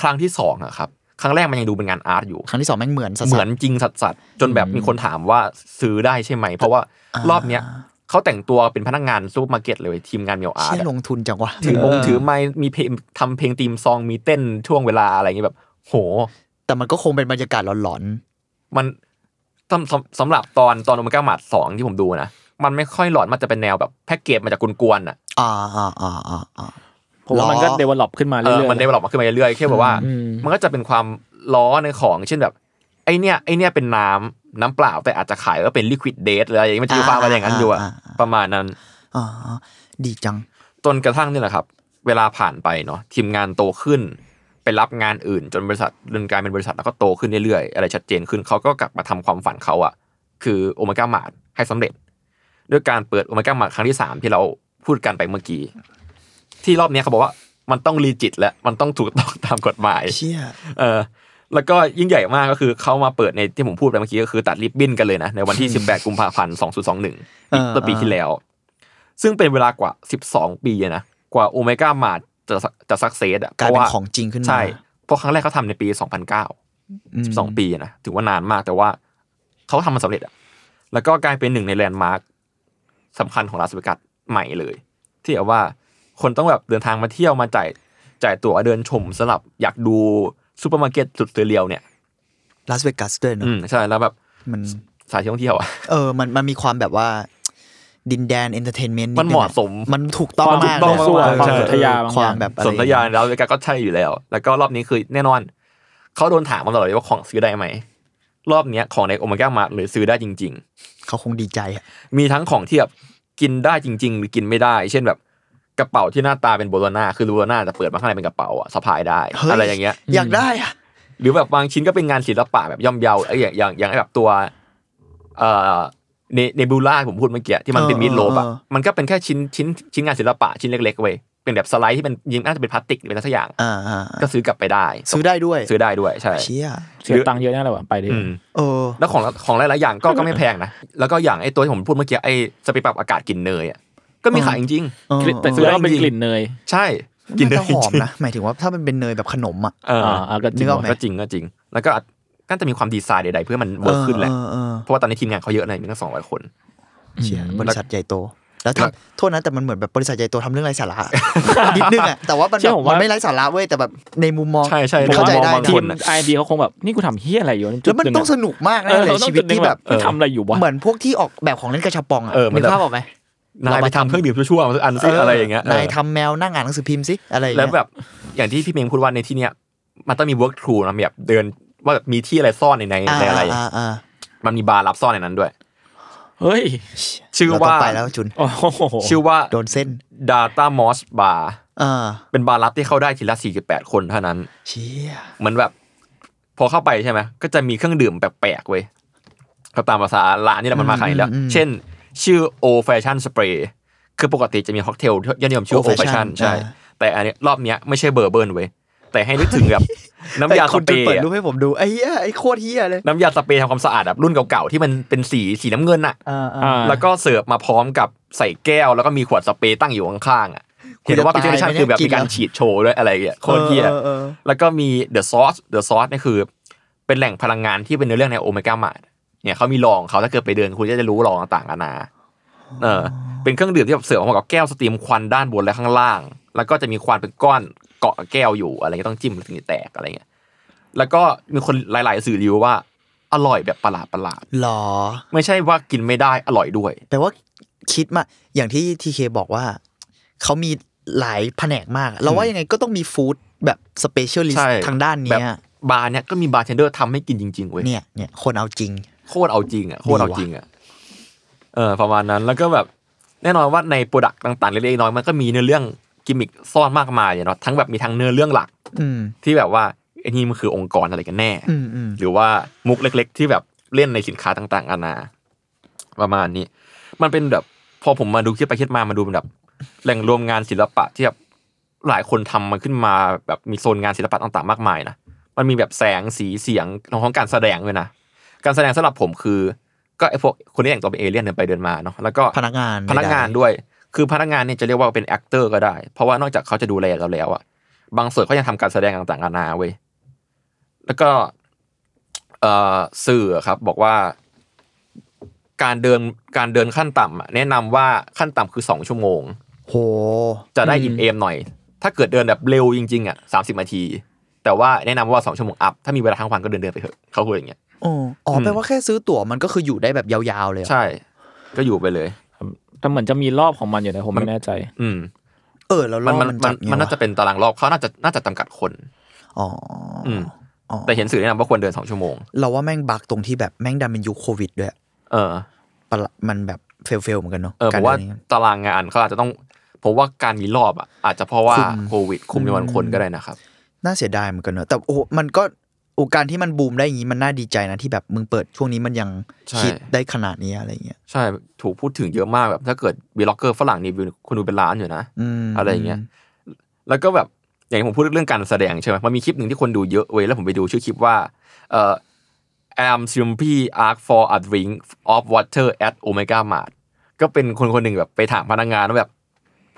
S2: ครั้งที่สองอะครับ ครั้งแรกมันยังดูเป็นงานอาร์ตอยู่
S3: ครั้งที่สองแม่งเหมือนสัสๆ
S2: เหมือนจริงสัสสัสๆจนแบบมีคนถามว่าซื้อได้ใช่ไหม เพราะว่า
S3: อ่าร
S2: รอบเนี้ยเขาแต่งตัวเป็นพนักงานซูเปอร์มาร์เก็ตเลยทีมงานเมียวอาร์ต
S3: เชี่ยลงทุนจังวะ
S2: ถือมง
S3: เ
S2: ถือไม้มีเพลงทำเพลงตีมซองมีเต้นช่วงเวลาอะไรอย่างเงี้ยแบบ โห
S3: แต่มันก็คงเป็นบรรยากาศหลอน
S2: มันสำสำสำหรับตอนตอนโอเมก้ามาดสองที่ผมดูนะ มันไม่ค่อยหลอนมันจะเป็นแนวแบบแพ็กเกจมาจากกวนๆอ่ะ
S3: ๆอ่าอ่าอ่าอ่าอ่า
S1: ผมว่ามันก็
S3: ล้อ
S1: เดเวล็อปขึ้นมา
S2: เอ
S1: เรื่อ
S2: อย
S1: ๆ
S2: มันได้หลอกมาขึ้นมาเรื่อยๆแค่แบบว่า
S1: อืม
S2: มันก็จะเป็นความล้อในของเช่นแบบ ไอเนี้ยไอเนี้ยเป็นน้ำน้ำเปล่าแต่อาจจะขายว่าเป็นลิควิดเดทอะไรอย่างเงี้ยมันจะมีความอะไรอย่างนั้นอยู่อะ
S3: อ่าอ่าอ่า
S2: ประมาณนั้น
S3: อ่าดีจัง
S2: จนกระทั่งนี่แหละครับ เวลาผ่านไปเนาะทีมงานโตขึ้น ไปรับงานอื่น จนบริษัทเรื่องกลายเป็นบริษัทแล้วก็โตขึ้นเรื่อยๆ อะไรชัดเจนขึ้นเขาก็กลับมาทำความฝันเขาอะคือโอเมก้ามาดให้สำเร็จ ด้วยการเปิดโอเมก้ามาดครั้งที่ 3 ที่เราพูดกันไปเมื่อกี้ ที่รอบเนี้ยเขาบอกว่ามันต้องรีจิตและมันต้องถูกต้องตามกฎหมาย
S3: เชี่ย
S2: เออแล้วก็ยิ่งใหญ่มากก็คือเขามาเปิดในที่ผมพูดไปเมื่อกี้ก็คือตัดริบบิ้นกันเลยนะ ในวันที่ 18 กุมภาพันธ์2021
S3: เออ
S2: ต้นปีที่แล้ว ซึ่งเป็นเวลากว่า 12 ปีอะนะ กว่าโอเมก้ามาจะจะสักเซสอ่ะ
S3: กลายเป็น
S2: พะว่
S3: ของจริงขึ้นมา
S2: ใช่ เพราะครั้งแรกเขาทำในปี 2009
S3: ม
S2: 12 ปีอะนะ ถือว่านานมากแต่ว่าเขาทำมันสำเร็จอ่ะแล้วก็กลายเป็นหนึ่งในแลนด์มาร์คสำคัญของลาสเวกัสใหม่เลย ที่แบบว่าคนต้องแบบเดินทางมาเที่ยวมาจ่ายจ่ายตั๋วเดินชมสลับอยากดูซูเปอร์มาร์เก็ตสุดเรียวเนี่ย
S3: ลาสเวกัสด้วยเนอะ
S2: อืมใช่แล้วแบบ
S3: มัน
S2: สายท่องเที่ยวอ่ะ
S3: เออ มัน มันมีความแบบว่า ดินแดนเอนเตอร์เทนเมนต์
S2: มันเหมาะสม
S3: มันถูกต้อง
S1: ความ
S3: มาก
S1: ถูกต้อง
S3: เลย
S1: มาก
S3: เอ
S1: ค
S3: อ
S1: วามสนธ
S3: เออบ
S1: ยาางอย่าง
S3: ความแบบอะไร
S2: สนธยาแล้วเวกาก็ใช่อยู่แล้ว แล้วก็รอบนี้คือแน่นอน เขาโดนถามมาตลอดเลยว่าของซื้อได้ไหม รอบเนี้ยของในโอเมก้ามาหรือซื้อได้จริง
S3: เขาคงดีใจอะ
S2: ๆ มีทั้งของที่แบบกินได้จริง ๆ หรือกินไม่ได้ เช่นแบบกระเป๋าที่หน้าตาเป็นโบโลน่าคือโบโลน่าแต่เปิดมาข้างในเป็นกระเป๋าอะสะพายได้
S3: ฮ้
S2: อะไรอย่างเงี้ย
S3: อยากได้อะ
S2: หรือแบบบางชิ้นก็เป็นงานศิลปะแบบย่อมเยาว์ไอ้อย่างอย่างอย่างไอ้แบบตัวเอ่อเนเนบูล่าผมพูดเมื่อกี้ที่มันเป็นมีดโลบอ่ะมันก็เป็นแค่ชิ้นชิ้นชิ้นงานศิลปะชิ้นเล็กๆเว้ยเป็นแบบสไลด์ที่เป็นยิงน่าจะเป็นพลาสติกหรือเป็นอะไรสักอย่าง
S3: อ่าอ่า
S2: ก็ซื้อกลับไปได้
S3: ซื้อได้ด้วย
S2: ซื้อได้ด้วยใช่
S3: เชี่ย
S1: เสียตังค์เยอะแน่เลยว่ะไปดิ
S2: อืม
S3: เออ
S2: แล้วของของหลายๆอย่างก็ก็ไม่แพงนะแล้วก็อย่างไอ้ตัวที่ผมพูดเมื่อกี้ไอ้สเปรย์ปรับอากาศกลิ่นเนยอ่ะก็มีขายจริง
S1: กลิ่นแต่
S2: เออ
S1: ซื้อแล้วเป็น
S2: จริง
S1: กลิ่นเนย
S2: ๆใช่ก
S3: กิ
S2: ลิ่
S3: น
S2: นเน
S3: จะ
S2: ย
S3: หอม
S2: จริงๆ
S3: นะ หมายถึงว่าถ้ามันเป็นเนยแบบขนมอ่ะ
S2: เออ
S1: อ่าก็จริ
S3: นึ
S1: ง
S3: กออกไหม
S2: ก็จริงก็จริง แล้วก็อาจน่าจะมีความดีไซน์ใดๆเพื่อมันเวิร์กขึ้นแหละ
S3: เออเออ
S2: เพราะว่าตอนนี้ทีมงานเขาเยอะเลยมีตั้งสองร้อยคน
S3: เชี่ยบริษัทใหญ่โต แล้ว
S2: แล้ว
S3: ทำโทษนะแต่มันเหมือนแบบบริษัทใหญ่โตทำเรื่องไร้
S2: [laughs]
S3: สาระ นิดนึงอ่ะแต่ว่ามันแบบมันไม่ไร้สาระเว้ยแต่แบบในมุมมอง
S2: ใช่ใช่
S3: เข้าใจ
S2: ผมว่ามอง
S3: ได้
S2: บาง
S3: นะ
S1: ที
S2: ค
S1: มไอดีเขาคงแบบนี่กูทำเฮี้ยอะไรอยู่จุด
S3: แล้วมัน
S1: หะ
S3: ต้องสนุกมากแน่
S1: ออ
S3: เลย
S1: ราต้อ
S3: ชี
S1: ง
S3: วิต
S1: จุดหนึ่ง
S3: ที่แบบ
S1: เออทำอะไรอยู่วะ
S3: เหมือนพวกที่ออกแบบของเล่นกระชับปองอ่ะ
S2: เออมัน
S3: นึกภาพออกไหม
S2: นายไปทำเครื่องดื่มชั่วๆมาสักอันซิอะไรอย่างเงี้ยเออน
S3: ายทำแมวนั่งอ่านหนังสือพิมพ์สิอะไรอย่าง
S2: แล้
S3: เงี้
S2: วยแบบอย่างที่พี่เมงพูดว่าในที่เนี้ยมันต้องมี work t h r u นะแบบเดินว่าแบบมีที่อะไรซ่อนในใน
S3: อ่า
S2: ในอะไร
S3: อ่าอ่า
S2: มันมีบาร์รับซ่อนในนั้นด้วย
S1: เฮ้ย
S2: ชื่อ
S3: เราต้
S2: ว่า
S3: องไปแล้วจุน
S1: โอ้โห
S2: ชื่อว่า
S3: โดนเส้น
S2: Data Moss Bar
S3: อ่า
S2: เป็นบาร์ลับที่เข้าได้ทีละ 48 คนเท่านั้น
S3: เชี่ย
S2: เหมือนแบบ พอเข้าไปใช่ไหมก็จะมีเครื่องดื่มแปลกๆเว้ยเขาตามภาษาร้านนี่แหละมันมาขายแล้ว เช่น ชื่อ Old Fashion Spray คือปกติจะมีค็อกเทลยอดนิยมชื่อ Old Fashion ใช่ แต่อันนี้รอบเนี้ยไม่ใช่เบอร์เบิร์นเว้ยแต่ให้นึกถึงแบบน้ำยา
S3: ไอ้
S2: ส
S3: คุณ
S2: เปร
S3: จุน
S2: ย์
S3: เปิดรูป
S2: อะ
S3: ให้ผมดูไอ้เหี้ยไอ้โคตรเฮียเลย
S2: น้ำยาสเปรย์ทำความสะอาดแบบรุ่นเก่าๆที่มันเป็นสีสีน้ำเงินอะ
S3: อ่าอ่า
S1: อ่า
S2: แล้วก็เสิร์ฟมาพร้อมกับใส่แก้ว แล้วก็มีขวดสเปรย์ตั้งอยู่ข้างๆอะ
S3: คุณ
S2: เห็นว่า
S3: จะ
S2: พิ
S3: ตาย
S2: จารณา
S3: ไหมเนี่ย
S2: คือแบบ
S3: กิน
S2: มีการ
S3: แล้ว
S2: ฉีดโชว์ด้วยอะไรอย่างเงี้ยโคตรเฮีย
S3: ออออออ
S2: แล้วก็มีเดอะซอสเดอะซอสนี่คือ เป็นแหล่งพลังงานที่เป็นเนื้อเรื่องในโอเมก้ามาเนี่ยเขามีลองเขาถ้าเกิดไปเดินคุณก็จะรู้ลองต่างๆนานาเออ เป็นเครื่องดื่มที่แบบเสิร์ฟออกมากับแก้วสตรีมควันด้านบนและข้างล่าง แล้วก็จะมีควันเป็นก้อนเกาะกับแก้วอยู่อะไรเงี้ยต้องจิ้มถึงจะแตกอะไรเงี้ยแล้วก็มีคนหลาย ๆ สื่อรีวิวว่า อร่อยแบบประหลาดประหลาด
S3: หรอ
S2: ๆไม่ใช่ว่ากินไม่ได้อร่อยด้วย
S3: แต่ว่าคิดมาอย่างที่ทีเคบอกว่า เขามีหลายแผนกมาก เราว่ายังไงก็ต้องมีฟู้ด แบบสเปเชียลิส
S2: ใช่
S3: ต์ทางด้าน
S2: แบ
S3: เนี้
S2: บ
S3: ย
S2: บาร์เนี้ยก็มีบาร์เทนเดอร์ทำให้กินจริงๆเว้ย
S3: เนี่ยเนี่ยคนเอาจริง
S2: โคตรเอาจริงอ่ะโคตรเอาจริงอ่ะเออประมาณนั้นแล้วก็แบบแน่นอนว่าในโปรดักต์ต่างๆเล็กๆน้อยๆมันก็มีเนื้อเรื่องกิมมิคซ่อนมากมายอะเนาะทั้งแบบมีทั้งเนื้อเรื่องหลัก
S3: อืม
S2: ที่แบบว่าไอ้นี่มันคือองค์กรอะไรกันแน่
S3: อืมอืม
S2: หรือว่ามุกเล็ก ๆ ที่แบบเล่นในสินค้าต่างๆนานาประมาณนี้ มันเป็นแบบพอผมมาดูคิดไปคิดมามาดูเป็นแบบ แหล่งรวมงานศิลปะที่แบบหลายคนทำมันขึ้นมาแบบมีโซนงานศิลปะต่างๆ มากมายนะมันมีแบบแสงสีเสียงรวมของการแสดงด้วยนะการแสดงสำหรับผมคือ ก็ไอพวกคนที่แต่งตัวเป็นเอเลี่ยนเดินไปเดินมาเนาะแล้วก็
S3: พนักงาน
S2: พนักงาน
S3: ใดๆ
S2: ด้วย คือพนักงานเนี่ยจะเรียกว่าเป็นแอคเตอร์ก็ได้ เพราะว่านอกจากเขาจะดูแลเราแล้วอะบางส่วนก็ยังทำการแสดงต่างๆนานาเว้ย แล้วก็เอ่อสื่อครับบอกว่า การเดินการเดินขั้นต่ำอะแนะนำว่าขั้นต่ำคือสองชั่วโมง
S3: โห
S2: จะได้อิ่มเอมหน่อย ถ้าเกิดเดินแบบเร็วจริงๆอ่ะสามสิบนาที แต่ว่าแนะนำว่าสองชั่วโมงอัพถ้ามีเวลาทั้งวันก็เดินเดินไปเถอะเขาคุยอย่างเงี้ย
S3: อ๋ออ๋ออ
S2: ม
S3: แปลว่าแค่ซื้อตั๋วมันก็คืออยู่ได้แบบยาวๆเลยเหรอ
S2: ใช่ ก็อยู่ไปเลย
S1: แต่เหมือนจะมีรอบของมันอยู่นะผมไม่แน่ใจ
S2: อืม
S3: เออแล้วร
S2: มั
S3: อน บ
S2: มัน
S3: มั
S2: มั
S3: นจั
S2: น
S3: ดไง
S2: มันน่าจะ
S3: ว
S2: เป็นตารางรอบเขาน่าจะน่าจะจำกัดคน
S3: อ๋ออ
S2: อืม
S3: อ๋อ
S2: แต่เห็นสื่อแนะนำว่าควรเดินสองชั่วโมง
S3: เราว่าแม่งบักตรงที่แบบแม่งดันเป็นยุคโควิดด้วย
S2: เออ
S3: ประหลาดมันแบบเฟลเฟลเหมือนกันเนาะ
S2: เออผ
S3: กร
S2: มว่า
S3: ดินย่งเงี้ย
S2: ตารางงานเขาอาจจะต้องผมว่าการมีรอบอ่ะอาจจะเพราะว่า
S3: คุม
S2: โควิด คุมจำนวนคนก็ได้นะครับ
S3: น่าเสียดายเหมือนกันเนอะแต่โอ้โหมันก็โอการที่มันบูมได้อย่างงี้มันน่าดีใจนะที่แบบมึงเปิดช่วงนี้มันยัง
S2: ใช่
S3: คิดได้ขนาดนี้อะไรเงี้ย
S2: ใช่ถูกพูดถึงเยอะมากแบบ ถ้าเกิดวีล็อกเกอร์ฝรั่งนี่วิวคนดูเป็นล้านอยู่นะ
S3: ม
S2: อะไรเงี้ย แล้วก็แบบอย่างที่ผมพูดเรื่องการแสดงใช่ไหมมันมีคลิปหนึ่งที่คนดูเยอะเว้ยแล้วผมไปดูชื่อคลิปว่าเอ่อ I'm simply ask for a drink of water at Omega Mart ก็เป็นคนคนหนึ่งแบบไปถามพนักงานว่าแบบ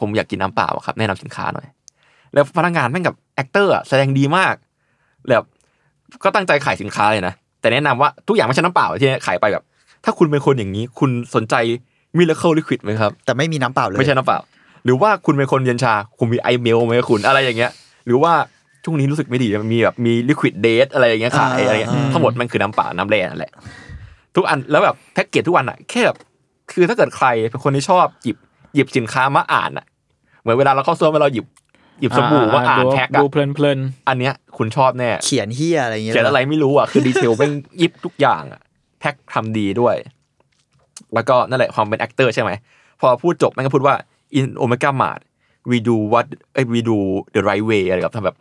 S2: ผมอยากกินน้ำเปล่าอะครับแนะนำสินค้าหน่อย แล้วพนักงานแม่งกับแอคเตอร์แสดงดีมากแบบก็ตั้งใจขายสินค้าเลยนะ แต่แนะนำว่าทุกอย่างไม่ใช่น้ำเปล่าที่ขายไปแบบ ถ้าคุณเป็นคนอย่างนี้คุณสนใจมิลเลอร์เคิลลิควิดไหมครับ
S3: แต่ไม่มีน้ำเปล่าเลย
S2: ไม่ใช่น้ำเปล่า หรือว่าคุณเป็นคนเย็นชา คุณมีไอเมลไหมคุณอะไรอย่างเงี้ย หรือว่าช่วงนี้รู้สึกไม่ดีมีแบบมีลิควิดเดทอะไรอย่างเงี้ยขายอะไรเงี้ยทั้งหมดมันคือน้ำเปล่าน้ำแร่นั่นแหละ ทุกอันแล้วแบบแพ็กเกจทุกวันอ่ะแค่แบบคือถ้าเกิดใครเป็นคนที่ชอบหยิบหยิบสินค้ามาอ่านอ่ะ เหมือนเวลาเราเข้าซ่วมเวลาเราหยิบหยิบสบู่มาอ่าน
S1: ดู
S2: แพ็กอ่ะ
S1: ดูเพลิน
S2: อันเนี้ยคุณชอบแน่
S3: เขียนเฮียอะไรเงี้ย
S2: เขียนอะไรไม่รู้อ่ะคือดีเทลเป็นยิบทุกอย่างอ่ะแพ็กทำดีด้วย แล้วก็นั่นแหละความเป็นแอคเตอร์ใช่ไหม พอพูดจบมันก็พูดว่า in omega mart we do what เอ้ย we do the right way อะไรแบบทำแบบ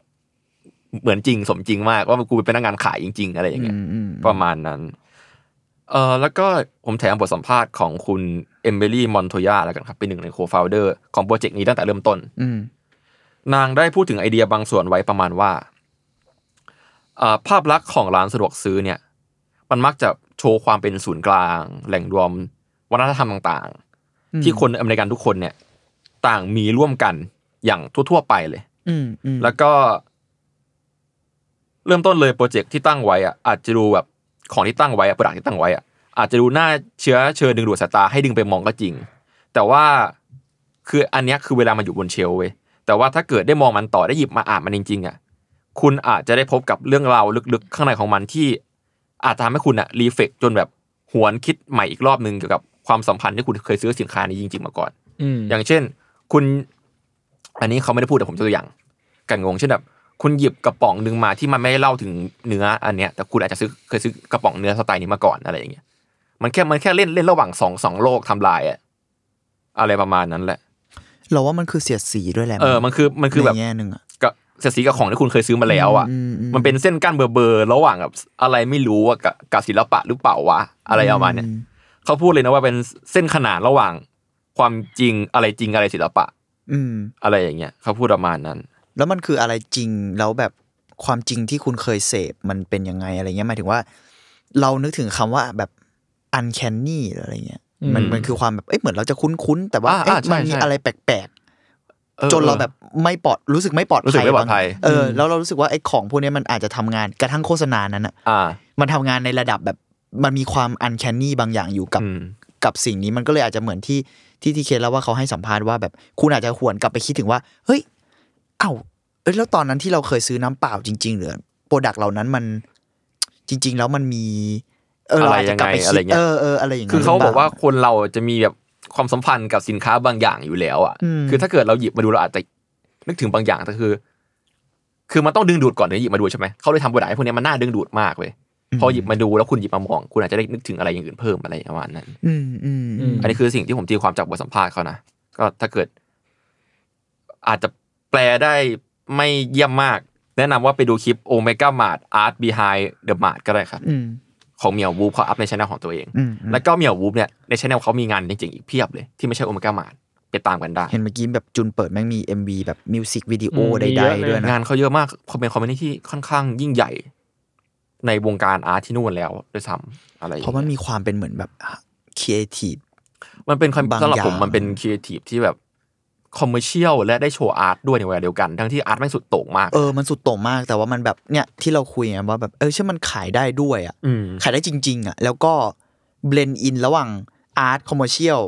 S2: เหมือนจริงสมจริงมาก ว่ากูเป็นพนักงานขายจริง ๆ อะไรอย่างเงี้ย
S3: อืมอืม
S2: ประมาณนั้น เออแล้วก็ผมแถมบทสัมภาษณ์ของคุณเอมเบลี่มอนโทยาแล้วกันครับ เป็นหนึ่งในโคฟาวเดอร์ของโปรเจกต์นี้ตั้งแต่เริ่มต้น
S3: อืม
S2: นางได้พูดถึงไอเดียบางส่วนไว้ประมาณว่าอ่า ภาพลักษณ์ของร้านสะดวกซื้อเนี่ย มันมักจะโชว์ความเป็นศูนย์กลาง แหล่งรวมวัฒนธรรมต่างๆ ที่คนอเมริกันทุกคนเนี่ย ต่างมีร่วมกันอย่างทั่วๆไปเลย
S3: อืมอืม
S2: แล้วก็ เริ่มต้นเลยโปรเจกต์ที่ตั้งไว้อะอาจจะดูแบบของที่ตั้งไว้อะโปรดักที่ตั้งไว้อะอาจจะดูน่าเชื้อเชิญดึงดูดสายตาให้ดึงไปมองก็จริง แต่ว่าคืออันเนี้ยคือเวลามันอยู่บนเชลฟ์เว้ยแต่ว่าถ้าเกิดได้มองมันต่อได้หยิบมาอ่านมันจริงๆอะคุณอาจจะได้พบกับเรื่องราวลึกๆ ข้างในของมันที่ อาจจะทำให้คุณอะรีเฟกจนแบบหวนคิดใหม่อีกรอบนึงเกี่ยวกับความสัมพันธ์ที่คุณเคยซื้อสินค้านี้จริงๆมาก่อน
S1: ๆอืม
S2: อย่างเช่น คุณ อันนี้เขาไม่ได้พูดแต่ผมยกตัวอย่าง กันงงเช่นแบบคุณหยิบกระป๋องหนึ่งมาที่มันไม่ได้เล่าถึงเนื้ออันเนี้ยแต่คุณอาจจะซื้อเคยซื้อกระป๋องเนื้อสไตล์นี้มาก่อนอะไรอย่างเงี้ยมันแค่มันแค่เล่นเล่นระหว่างสองสองโลกไทำลายอะอะไรประมาณนั้นแหละ
S3: เราว่ามันคือเสียดสีด้วยแหละ
S2: เออมันคือมันคือแบบ
S3: ในแง่หนึ่งอะ
S2: กับเสียดสีกับของที่คุณเคยซื้อมาแล้วอ่ะ
S3: อืมอืม
S2: มันเป็นเส้นกั้นเบอร์เบอร์ระหว่างกับอะไรไม่รู้อะกับกับศิลปะหรือเปล่าวะอะไรประมาณเนี้ยเขาพูดเลยนะว่าเป็นเส้นขนานระหว่างความจริงอะไรจริงอะไรศิลปะ
S3: อืม
S2: อะไรอย่างเงี้ยเขาพูดประมาณนั้น
S3: แล้วมันคืออะไรจริงแล้วแบบความจริงที่คุณเคยเสพมันเป็นยังไงอะไรเงี้ยหมายถึงว่า เรานึกถึงคำว่าแบบ uncanny หรืออะไรเงี้ยมันมันคือความแบบเอ้ยเหมือนเราจะคุ้นๆแต่ว่า
S2: อ่า
S3: เอ้ย
S2: อ่าใช่
S3: มันมี
S2: ใช่
S3: อะไรแปลก
S2: ออ
S3: ๆจนเราแบบไม่ปลอดรู้สึกไม่ปลอด
S2: รู้สึก
S3: ภัย
S2: ไม่ปลอดภัย
S3: บางเอออแล้วเรารู้สึกว่าไอ้ของพวกเนี้ยมันอาจจะทำงานกระทั่งโฆษณานั้นอะ
S2: อ่า
S3: มันทำงานในระดับแบบมันมีความ uncanny บางอย่างอยู่กับ
S2: อืม
S3: กับสิ่งนี้มันก็เลยอาจจะเหมือนที่ที่ที่เคสแล้วว่าเขาให้สัมภาษณ์ว่าแบบคุณอาจจะหวนกลับไปคิดถึงว่าเฮ้ย เอ้าเอ้ยแล้วตอนนั้นที่เราเคยซื้อน้ำเปล่าจริง ๆ หรือโปรดักเหล่านั้นมันจริง ๆ แล้วมันมี เออเราอาจจะกลับไป
S2: อะไร
S3: คิด
S2: ยังไงอะไรเงี้ย
S3: เออเอออะไรอย่าง
S2: คือ
S3: งี้ย
S2: เขาบอกว่า
S3: หรืเปล่
S2: คนเราจะมีแบบความสัมพันธ์กับสินค้าบางอย่างอยู่แล้วอ่ะ
S3: อืม
S2: คือถ้าเกิดเราหยิบมาดูเราอาจจะนึกถึงบางอย่างแต่คือ คือมันต้องดึงดูดก่อนถึงหยิบมาดูใช่ไหมเขาเลยทำโปรดักต์ให้พวกเนี้ยมันน่าดึงดูดมากเลยพอหยิบมาดูแล้วคุณหยิบมามอง คุณอาจจะได้นึกถึงอะไรอย่างอื่นเพิ่มอะไรประมาณนั้น
S3: อืมอืมอืม
S2: อันนี้คือสิ่งที่ผมตีความจากบทสัมภาษณ์เขานะ ก็ถ้าเกิด อาจจะแปลได้ไม่เยี่ยมมาก แนะนำว่าไปดูคลิปโอเมก้ามาดอาร์ตบีไฮเดอะมาดก็ได้ครับ
S3: อืม
S2: ของเหมียววูฟเขาอัพในช่องของตัวเอง
S3: อืมอืม
S2: แล้วก็เหมียววูฟเนี่ยในช่องเขามีงานจริงๆอีกเพียบเลย ที่ไม่ใช่โอเมก้ามาดไปตามกันได้
S3: เห็นเมื่อกี้แบบจุนเปิดแม่งมี MV แบบมิวสิกวิดีโอ
S1: อืมมี
S3: ใด
S1: เยอะเล
S3: ๆ
S1: ย
S3: ด้วยนะ
S2: งานเขาเยอะมากเขาเป็นคอมมิวนิตี้ที่ค่อนข้างยิ่งใหญ่ ในวงการอาร์ตที่นู่นแล้วด้วยซ้ำอะไรอย่ง
S3: เพ
S2: งี้ย
S3: ราะมันมีความเป็นเหมือนแบบครีเอทีฟ
S2: มันเป็นความ
S3: บาง
S2: สำหรับ
S3: อย่าง
S2: ผมมันเป็นครีเอทีฟที่แบบคอมเมอร์เชียลและได้โชว์อาร์ตด้วยในเวลาเดียวกัน ทั้งที่อาร์ตแม่งสุดโต่งมาก
S3: เออ มันสุดโต่งมากแต่ว่ามันแบบเนี่ยที่เราคุยไงว่าแบบเออเชื่อมันขายได้ด้วยอ่ะ
S2: ม
S3: ขายได้จริง ๆ อ่ะ แล้วก็เบลนด์อินระหว่างอาร์ตคอมเมอร์เชียล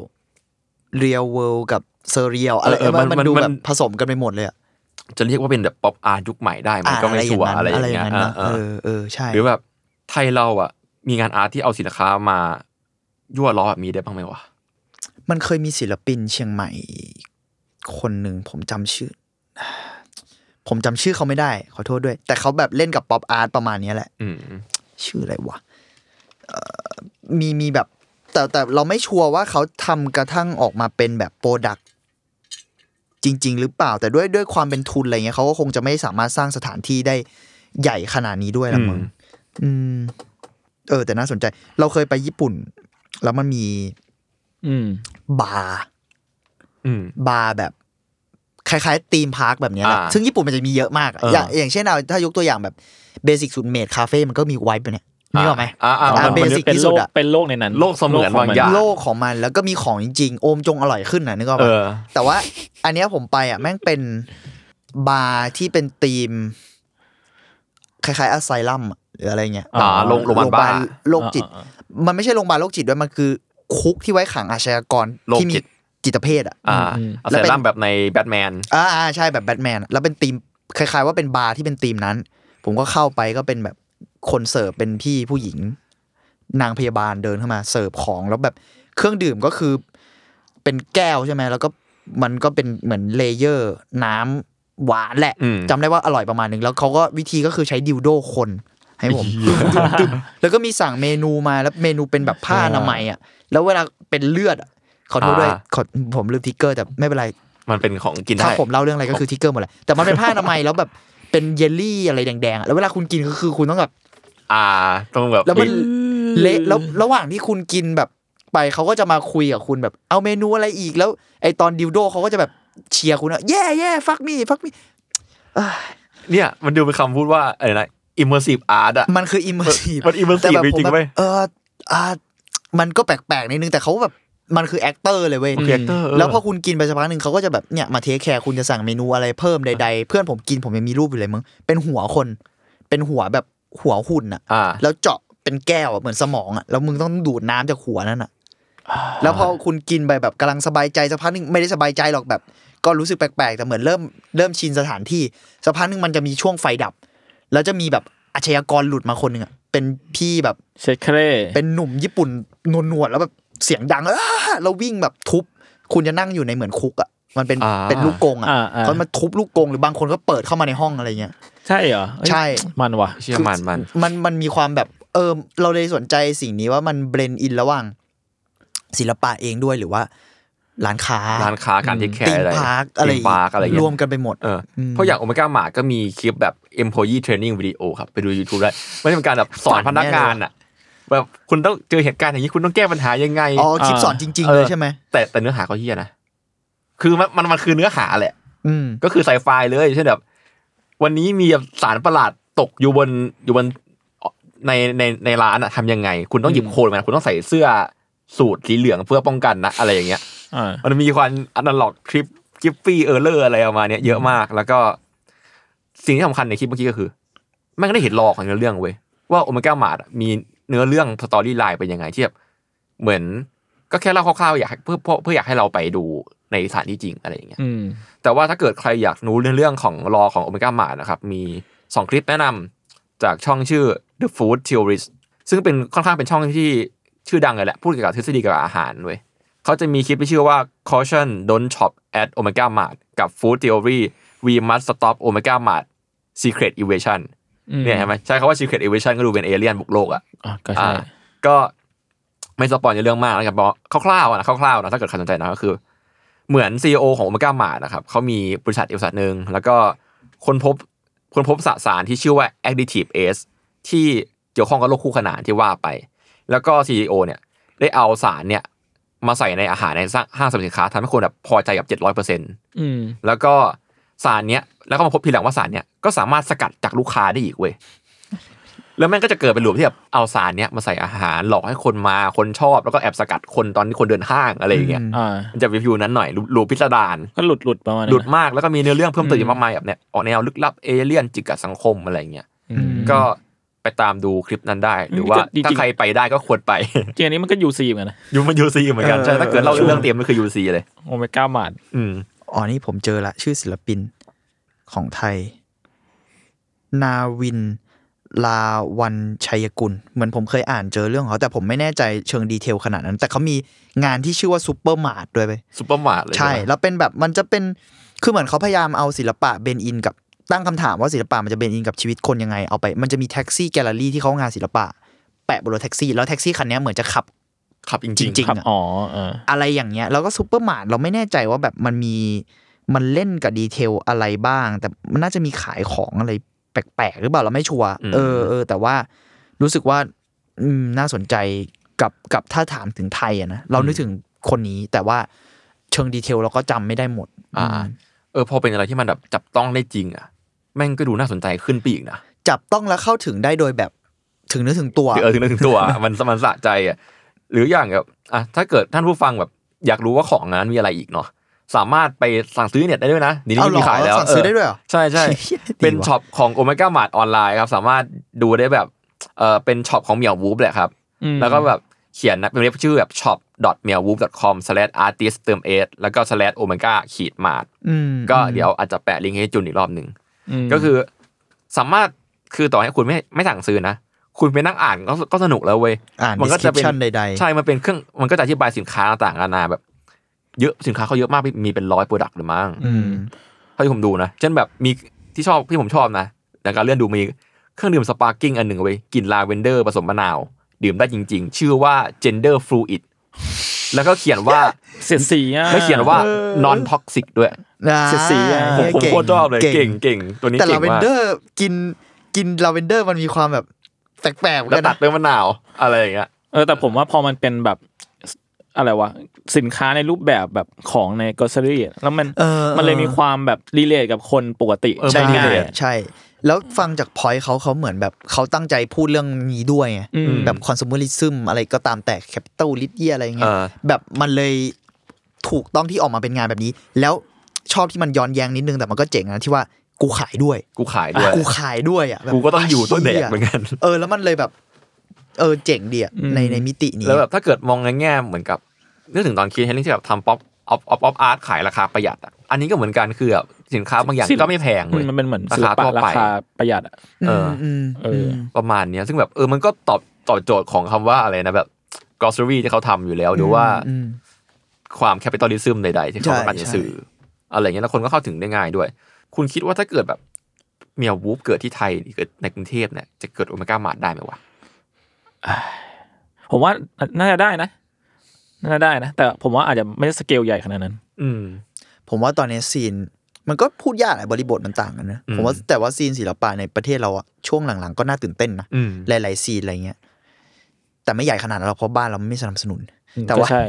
S3: เรียลเวิลกับเซเรียลอะไรเออมันมันดูแบบผสมกันไปหมดเลยอ่ะ
S2: จะเรียกว่าเป็นแบบป๊อปอาร์ตยุคใหม่ได้มันก็ไม่ชัวร์อะไรอย่างเงี้ย
S3: นั้นนะ
S2: เอ
S3: เอ
S2: อ
S3: อเออใช่
S2: หรือแบบไทยเราอ่ะ มีงานอาร์ตที่เอาสินค้ามายั่วล้อแบบนี้ได้บ้างไหมวะ
S3: มันเคยมีศิลปินเชียงใหม่ คนหนึ่งผมจำชื่อ [sighs] ผมจำชื่อเขาไม่ได้ ขอโทษด้วย แต่เขาแบบเล่นกับป๊อปอาร์ตประมาณเนี้ยแหละ
S2: อืม
S3: ชื่ออะไรวะเอ่อมีมีแบบ แต่แต่เราไม่ชัวร์ว่าเขาทำกระทั่งออกมาเป็นแบบโปรดักจริง ๆ หรือเปล่า แต่ด้วยด้วยความเป็นทุนอะไรเงี้ยเขาก็คงจะไม่สามารถสร้างสถานที่ได้ใหญ่ขนาดนี้ด้วยละมึ
S2: อื
S3: ง
S2: ม
S3: อืม เออ แต่น่าสนใจ เราเคยไปญี่ปุ่น แล้วมันมี
S1: อืม
S3: บาร์
S2: อืม
S3: บาร์แบบคล้ายๆธีมพาร์คแบบเนี้ยแหละ
S2: อ่า
S3: ซึ่งญี่ปุ่นมันจะมีเยอะมากอะ
S2: เออ
S3: อย่างอย่างเช่นเอาถ้ายกตัวอย่างแบบเบสิกสุดเมดคาเฟ่มันก็มีไวท์แบบเนี้ยนึกออกไหม
S2: อ่าอ่าอ่า
S3: เบสิก
S1: เป็น
S3: ที่
S1: โล
S3: สุด
S1: ก
S3: อะ
S1: เป็นโลกในนั้น
S2: โลกเสมือนบางอย่าง
S3: โลกของมันแล้วก็มีของจริงๆ โอมจงอร่อยขึ้นนะนึกออก
S2: เอ
S3: ปะ
S2: อ
S3: แต่ว่าอันเนี้ยผมไปอ่ะแม่งเป็นบาร์ที่เป็นธีม คล้ายๆอาไซลัมหรืออะไรเงี้ย
S2: อ่าโรงโรงพยาบาลบ้า
S3: โรคจิต มันไม่ใช่โรงพยาบาลโรคจิตด้วยมันคือ คุกที่ไว้ขังอาชญากรที่มี
S2: โรคจิต
S3: จิตเภทอ่ะ
S2: อ่าเอาใส่ล่ำแบบในแบทแมน
S3: อ่าอ่าใช่แบบแบทแมนแล้วเป็นธีมคล้ายๆว่าเป็นบาร์ที่เป็นธีมนั้น ผมก็เข้าไปก็เป็นแบบคนเสิร์ฟเป็นพี่ผู้หญิง นางพยาบาลเดินเข้ามาเสิร์ฟของแล้วแบบเครื่องดื่มก็คือเป็นแก้วใช่ไหมแล้วก็มันก็เป็นเหมือนเลเยอร์ น้ำหวานแหละ
S2: อืม
S3: จำได้ว่าอร่อยประมาณหนึ่งแล้วเขาก็วิธีก็คือใช้ดิวโดคนให้ผมตึ๊บๆ [laughs] ๆแล้วก็มีสั่งเมนูมาแล้วเมนูเป็นแบบผ้าอนามัยอ่ะแล้วเวลาเป็นเลือดอะขอโทษด้วยขอผมลืมทิกเกอร์แต่ไม่เป็นไร
S2: มันเป็นของกิน
S3: ถ้า
S2: ได้
S3: ผมเล่าเรื่องอะไรก็คือทิกเกอร์หมดแหละแต่มันเป็นผ้าอนามัย แล้วแบบเป็นเยลลี่อะไรแดงๆอะแล้วเวลาคุณกินก็คือคุณต้องแบบ
S2: อ่าต้องแบบ
S3: แล้วมันเละแล้วระหว่างที่คุณกินแบบไปเขาก็จะมาคุยกับคุณแบบ เอาเมนูอะไรอีกแล้ว ไอตอนดิวโดเขาก็จะแบบเชียร์คุณอะแย่แย่ฟักมี่ฟักมี่
S2: เนี่ยมันดูเป็นคำพูดว่าอะไรนะ immersive art อะ
S3: มันคืออิมเมอร์ซีฟ
S2: มัน immersive จริงๆเว้ย
S3: เอออ่ามันก็แปลกๆนิดนึงแต่เขาแบบมันคือแอคเตอร์เลยเว้ย
S2: มันคือ actor เออ
S3: แล้วพอคุณกินไปสักพักหนึ่งเขาก็จะแบบเนี่ยมาเทคแคร์คุณจะสั่งเมนูอะไรเพิ่มใดๆ เพื่อนผมกินผมยังมีรูปอยู่เลยมึงเป็นหัวคน เป็นหัวแบบหัวหุ่นอะ
S2: อ่า
S3: แล้วเจาะเป็นแก้วอะเหมือนสมองอะแล้วมึงต้องดูดน้ำจากหัวนั่นอะแล้วพอคุณกินไปแบบกำลังสบายใจสักพักหนึ่งไม่ได้สบายใจหรอกแบบ ก็รู้สึกแปลกๆแต่เหมือนเริ่มเริ่มชินสถานที่สักพักหนึ่งมันจะมีช่วงไฟดับ แล้วจะมีแบบอาชญากรหลุดมาคนหนึ่งอะเป็นพี่แบบ
S1: เช็คเคร่
S3: เป็นหนุ่มญี่ปุ่นหนวดๆแล้วแบบเสียงดังอ้าแล้ววิ่งแบบทุบ คุณจะนั่งอยู่ในเหมือนคุกอ่ะมันเป็น
S2: อ่า
S3: เป็นลูกกรงอ่ะ
S1: อ่าอ่า
S3: เขามาทุบลูกกรงหรือบางคนก็เปิดเข้ามาในห้องอะไรเงี้ย
S1: ใช่เหรอเอ้ย
S3: ใช่
S1: มันว่ะ
S2: เชื่อมันมัน
S3: มันมันมีความแบบ เออเราเลยสนใจสิ่งนี้ว่ามันเบรนอินระหว่าง ศิลปะเองด้วยหรือว่า ร้านค้า
S2: ร้านค้าการที่แค
S3: ตี
S2: ร์
S3: ม
S2: อะไร
S3: พาร์คอะไร
S2: ธีมพาร์คอะไรเงี้ย
S3: รวมกันไปหมด
S2: เอออเพราะอย่างโอเมก้าหมาก็มีคลิปแบบ employee training video ครับ ไปดู YouTube ได้มันเป็นการแบบสอน
S3: ฝั
S2: พ
S3: น
S2: นั
S3: แน่
S2: ก
S3: เลย
S2: งานอ่ะแบบคุณต้องเจอเหตุการณ์อย่างนี้คุณต้องแก้ปัญหายังไง
S3: อ๋อคลิป
S1: อ่า
S3: สอนจริง ๆ เลยใช่ไหม
S2: แต่แต่เนื้อหาเขาเฮี้ยนะ คือมันมันมันคือเนื้อหาแหละ
S3: อืม
S2: ก็คือไซไฟเลยเช่นแบบ วันนี้มีแบบสารประหลาดตกอยู่บนอยู่บนในในในร้านอะทำยังไง คุณต้องหยิบโคนมันคุณต้องใส่เสื้อสูทสีเหลืองเพื่อป้องกันนะอะไรอย่างเงี้ย
S1: อ่า
S2: มันมีความอนาล็อกคลิปกิฟฟี่เออร์เลอร์อะไรออกมาเนี่ยเยอะมาก แล้วก็ สิ่งที่สำคัญในคลิปเมื่อกี้ก็คือแม่งได้เห็นรอของเนื้อเรื่องเว้ยว่าโอเมก้ามาดมีเนื้อเรื่องสตอรี่ไลน์เป็นยังไงที่แบบเหมือนก็แค่เล่าคร่าวๆอยากให้เพื่อเพื่อเพื่ออยากให้เราไปดูในสถานที่จริงอะไรอย่างเงี้ย
S1: อืม
S2: แต่ว่าถ้าเกิดใครอยากรู้เรื่องเรื่องของรอของโอเมก้ามานะครับ มี 2 คลิปแนะนำจากช่องชื่อ The Food Theorist ซึ่งเป็นค่อนข้างเป็นช่องที่ชื่อดังเลยแหละ พูดเกี่ยวกับทฤษฎีเกี่ยวกับอาหารเว้ยเขาจะมีคลิปที่ชื่อว่า caution don't shop at omega mart กับ food theory we must stop omega mart Secret Invasion
S1: อื
S2: เนี่ยเห็นไหมใช้คำว่า Secret Invasion ก็ดูเป็นเอเลี่ยนบุกโลกอ่ะ
S1: อ๋อก็ใช่
S2: อ่าก็ไม่สปอยในเรื่องมากนะครับเพราะคร่าวๆอะนะคร่าวๆนะถ้าเกิดใครสนใจนะก็คือ เหมือนซีอของโอเมก้ามาดนะครับเขามีบริษัทอีกบริษัทหนึ่งแล้วก็คนพบคนพบสสารที่ชื่อว่า additive S ที่เกี่ยวข้องกับโรคคู่ขนานที่ว่าไป แล้วก็ CEO เนี่ยได้เอาสารเนี่ยมาใส่ในอาหารในห้างสรรพสินค้าทำให้คนแบบพอใจกับ700%
S1: อืม
S2: แล้วก็สารเนี้ยแล้วก็มาพบทีหลังว่าสารเนี้ยก็สามารถสกัดจากลูกค้าได้อีกเว้ยแล้วแม่งก็จะเกิดเป็นหลุมที่แบบเอาสารเนี้ยมาใส่อาหารหลอกให้คนมาคนชอบแล้วก็แอบสกัดคนตอนที่คนเดินห้างอะไรอย่างเงี้ย
S1: อ่า
S2: มันจะวิวนั้นหน่อยหลูพิสดาร
S1: ก็หลุดหลุดประมาณนั้น
S2: หลุด
S1: นะ
S2: มากแล้วก็มีเนื้อเรื่องเพิ่มเติม
S1: อืม
S2: เยอะมากมายแบบเนี้ยออกแนวลึกลับเอเลี่ยนจิกกัดสังคมอะไรอย่างเงี้ย
S1: อืม
S2: ก็ไปตามดูคลิปนั้นได้ หรือว่า
S1: ก็จริงๆ
S2: ถ้าใครไปได้ก็ควรไป [laughs]
S1: จริงอันนี้มันก็ยูซีเหมือนกันนะ
S2: ยูมันยูซีเหมือนกันใช่ถ้าเกิดเล่าเรื่องเตรียมมันคือยูซีเลย
S1: โอเมก้ามาด
S2: อืม
S3: อ๋อนี่ผมเจอละ ชื่อศิลปินของไทย นาวิน ลาวันชัยกุล เหมือนผมเคยอ่านเจอเรื่องของเขา แต่ผมไม่แน่ใจเชิงดีเทลขนาดนั้น แต่เขามีงานที่ชื่อว่าซูเปอร์มาร์ทด้วยไป
S2: ซูเปอร์มาร์ทเลย
S3: ใช่
S2: ไหม
S3: แล้วเป็นแบบมันจะเป็น คือเหมือนเขาพยายามเอาศิลปะเบนอินกับตั้งคำถามว่าศิลปะมันจะเบนอินกับชีวิตคนยังไง เอาไป มันจะมีแท็กซี่แกลเลอรี่ที่เขางานศิลปะ แปะบนรถแท็กซี่ แล้วแท็กซี่คันเนี้ยเหมือนจะขับ
S2: ครับจริงๆ
S3: จริง
S1: ครับ
S3: ๆอะ
S1: อ๋อเออ
S3: อะไรอย่างเงี้ยแล้วก็ซูเปอร์มาร์ทเราไม่แน่ใจว่าแบบมันมีมันเล่นกับดีเทลอะไรบ้าง แต่มันน่าจะมีขายของอะไรแปลกๆ หรือเปล่าเราไม่ชัวร์
S2: อืม
S3: เออเออแต่ว่ารู้สึกว่าอืมน่าสนใจกับกับถ้าถามถึงไทยอะนะเรานึกถึงคนนี้แต่ว่าเชิงดีเทลเราก็จำไม่ได้หมด
S2: อ่า
S3: อืม
S2: เออพอเป็นอะไรที่มันแบบจับต้องได้จริงอ่ะแม่งก็ดูน่าสนใจขึ้นไปอีกนะ
S3: จับต้องแล้วเข้าถึงได้โดยแบบถึงเนื้อถึงตัว
S2: เออถึงนึกถึงตัว
S3: [laughs]
S2: อะ มันมันสะใจอ่ะหรืออย่างแบบอ่ะถ้าเกิดท่านผู้ฟังแบบอยากรู้ว่าของนั้นมีอะไรอีกเนาะสามารถไปสั่งซื้อเน็ตได้ด้วยนะเดียว
S3: เอา
S2: นี้
S3: เหรอ
S2: มีขายแล้ว
S3: สั่งซื้อได้ด้วยเหรอ
S2: ใช่ใช่
S3: [laughs] เชี่ยดีว่ะ
S2: เป็นช็อปของโอเมก้ามาร์ทออนไลน์ครับ สามารถดูได้แบบเออเป็นช็อปของเหมียววูฟแหละครับ
S1: อืม
S2: แล้วก็แบบเขียนนะเป็นเว็บชื่อแบบ shop m e w w o o f c o m a r t i s t เติม s แล้วก็ slash omega ขีดมาร์ท
S3: อืม
S2: ก็เดี๋ยวอาจจะแปะลิงก์ให้จุนอีกรอบหนึ่ง
S1: ม
S2: ก็คือสามารถคือต่อให้คุณไม่ไม่สั่งซื้อนะ คุณไปนั่งอ่านก็ก็สนุกแล้วเว้ย
S3: อ่าน
S2: มัก็จะเป็น
S3: description ใดๆ
S2: ใช่ มันเป็นเครื่องมันก็จะอธิบายสินค้าต่างๆนานาแบบ เยอะสินค้าเขาเยอะมากมีมีเป็นร้อยโปรดักต์หรือมั้ง
S3: อืม
S2: เท่าที่ผมดูนะเช่นแบบมีที่ชอบที่ผมชอบนะแต่การเลื่อนดูมีเครื่องดื่มสปาร์กิ้งอันหนึ่งเว้ยกลิ่นลาเวนเดอร์ผสมมะนาว ดื่มได้จริง ๆ ชื่อว่า gender fluid แล้วก็เขียนว่า
S1: เสียดสีอ่ะ
S2: แล้วเขียนว่า non toxic ด้วย
S3: อ่า
S1: เสียดสีอะ
S3: เ
S2: ผมผม
S3: ก่ง
S2: โคตรชอบเลยเก่งเก่งตัวนี้
S3: แต่
S2: เก่
S3: ลางเวน
S2: มาก
S3: เดอร์กินกินลาเวนเดอร์มันมีความแบบแปลกๆเหมือน
S2: แล้ว
S3: กัน
S2: ตั
S3: นะ
S2: ดเป็นมะนาวอะไรอย่างเงี้ย
S1: เออแต่ผมว่าพอมันเป็นแบบสอะไรวะสินค้าในรูปแบบแบบของในกอสซรี่แล้วมัน
S3: เออ
S1: มันเลยมีความแบบรีเลทกับคนปกติ
S2: เออ
S1: ใช้
S2: มัน
S1: ง่าย
S2: relate
S3: ใช่ แล้วฟังจากพอยเขาเขาเหมือนแบบเขาตั้งใจพูดเรื่องนี้ด้วยไง
S1: อืม
S3: แบบคอน sumerism อะไรก็ตามแต่ capital l i t เ e ียอะไรเงี้ย
S2: เออ
S3: แบบมันเลยถูกต้องที่ออกมาเป็นงานแบบนี้ แล้วชอบที่มันย้อนแย้งนิดนึงแต่มันก็เจ๋งนะที่ว่ากูขายด้วย
S2: กูขายด้วย
S3: กูขายด้วยอ่ะแบบ
S2: กูก็ต้องอยู่ต้นแดด
S3: ชี่
S2: เหมือนกัน
S3: เออแล้วมันเลยแบบ เออเจ๋งดีอะในในมิตินี้
S2: แล้วแบบถ้าเกิดมองในแง่เหมือนกับนึกถึงตอนคิดเฮนรี่ที่แบบทำป๊อปออฟออฟออฟอาร์ตขายราคาประหยัดอ่ะอันนี้ก็เหมือนกันคือแบบสินค้าบางอย่าง
S1: ศิลปะ
S2: ก็ไม่แพง
S1: อืม
S2: เว้ย
S1: มันเป็นเหมือน
S2: รา
S1: ศิล
S2: คา
S1: ปะ
S2: ทั่ว
S1: รา
S2: ไป
S1: คาประหยัดอ่ะ
S2: เออ
S3: ม
S1: เอออื
S3: ม
S2: ประมาณเนี้ยซึ่งแบบเออมันก็ตอบตอบโจทย์ของคำว่าอะไรนะแบบ grocery ที่เขาทำอยู่แล้วหรือว่า
S3: อืม
S2: ความแคปิตอลิซึมใดๆ ที่เขา
S3: ใช่
S2: ต้องการจะ
S3: ใช่
S2: สื่ออะไรอย่างเงี้ยแล้วคนก็เข้าถึงได้ง่ายด้วย คุณคิดว่าถ้าเกิดแบบเมียวูฟเกิดที่ไทยหรือเกิดในกรุงเทพเนี่ยจะเกิดโอเมก้ามาร์ทได้ไหมวะ
S1: ผมว่าน่าจะได้นะน่าจะได้นะ แต่ผมว่าอาจจะไม่ได้สเกลใหญ่ขนาดนั้น
S2: อืม
S3: ผมว่าตอนนี้ซีนมันก็พูดยากแหละบริบทมันต่างกันนะ
S2: อืม
S3: ผมว่าแต่ว่าซีนศิลปะในประเทศเราอะช่วงหลังๆ ก็น่าตื่นเต้นนะ
S2: อืม
S3: หลายๆซีนอะไรเงี้ย แต่ไม่ใหญ่ขนาดนั้นหรอกเพราะบ้านเราไม่สนับสนุน [laughs]
S1: อืม
S3: แต่ว่า
S1: ก็ใช่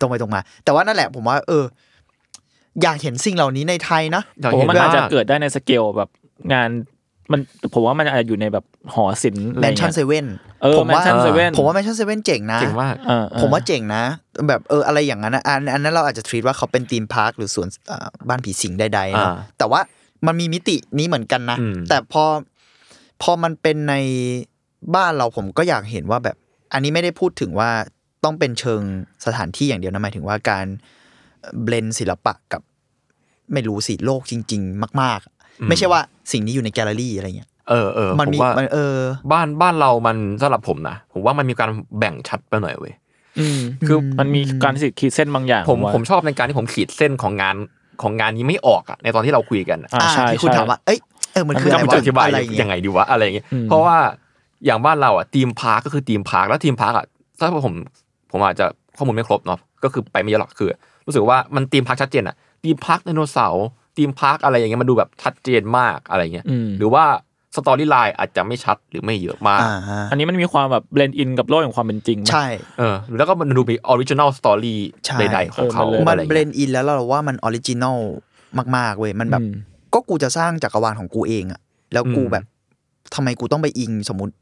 S3: ตรงไปตรงมา แต่ว่านั่นแหละ ผมว่า เออ อยากเห็นสิ่งเหล่านี้ในไทยนะ
S2: อยาก
S1: ผม
S2: เห็น
S1: ว่ามันอาจจะ
S2: บ้ง
S1: เกิดได้ในสเกลแบบงานมันผมว่ามันอาจจะอยู่ในแบบหอศิลป์อะไร
S3: แม
S1: อน ย่าง
S3: ชั่นเซ
S1: เงี้ย
S3: เว่น
S1: เออ
S3: ผมว่า
S1: Mansion Seven
S3: ผมว่าแมนชั่นเซเว่นเจ๋งนะ
S2: เจ๋งมาก
S1: เออเออ
S3: ผมว่าเจ๋งนะ แบบเอออะไรอย่างนั้นนะอันอันนั้นเราอาจจะทีตว่าเขาเป็นธีมพาร์คหรือสวนเอ่อบ้านผีสิงใดๆนะ
S2: อ่า
S3: แต่ว่ามันมีมิตินี้เหมือนกันนะ
S2: อืม
S3: แต่พอพอมันเป็นในบ้านเราผมก็อยากเห็นว่าแบบ อันนี้ไม่ได้พูดถึงว่าต้องเป็นเชิงสถานที่อย่างเดียวนะหมายถึงว่าการเบลนศิลปะกับไม่รู้สิโลกจริง ๆ มาก ๆ ไม่ใช่ว่าสิ่งนี้อยู่ในแกลเลอรี่อะไรเงี้ย
S2: เออเออ
S3: มัน
S2: ผ
S3: มี
S2: ว่าม
S3: มันเออ
S2: บ้านบ้านเรามันสำหรับผมนะผมว่ามันมีการแบ่งชัดไปหน่อยเว้ย
S1: อืม
S2: คือ
S1: มันมีการสิทธิ์ขีดเส้นบางอย่าง
S2: ผม
S1: ว่า
S2: ผมชอบในการที่ผมขีดเส้นของงานของงานนี้ไม่ออกอะในตอนที่เราคุยกันอะ
S1: อ่า
S3: อ่า
S1: ใช่
S3: ที่คุณ
S1: ใช่
S3: ถามว่า เอ้ย เออมัน
S2: มัน
S3: คื
S2: ก็ไม่รู้จะ
S3: ออะไรวะ
S2: อธิบาย
S3: อะไรอ
S2: ยั
S3: ย่าง ง
S2: ไง
S3: เงี้ย
S2: ดีวะอะไรอย่างเงี้ย
S1: อืม
S2: เพราะว่าอย่างบ้านเราอ่ะทีมพาร์คก็คือทีมพาร์คแล้วทีมพาร์คอ่ะถ้าผมผมอาจจะข้อมูลไม่ครบเนาะก็คือไปไม่เยอะหรอกคือ รู้สึกว่ามันทีมพาร์คชัดเจนอ่ะทีมพาร์คไดโนเสาร์ทีมพาร์คอะไรอย่างเงี้ยมันดูแบบชัดเจนมากอะไรเงี้ย
S1: อืม
S2: หรือว่าสตอรี่ไลน์อาจจะไม่ชัดหรือไม่เยอะมาก
S3: อ่าฮะ
S1: อันนี้มันมีความแบบเบลนอินกับโลกของความเป็นจริงมั้ย
S3: ใช่
S2: เออแล้วก็มันดูมีออริจินอลสตอรี่
S3: ใช่
S2: ใดๆของเขา
S1: เออมั
S3: มัน
S1: นเลย
S2: อะไร
S3: เบร
S2: เงี้ย
S3: นอินแล้วเราว่ามันออริจินอลมาก ๆ เว้ย มันแบบ
S1: อืม
S3: ก็กูจะสร้างจักรวาลของกูเองอะแล้วกูแบบทำไมกูต้องไปอิงสมมติ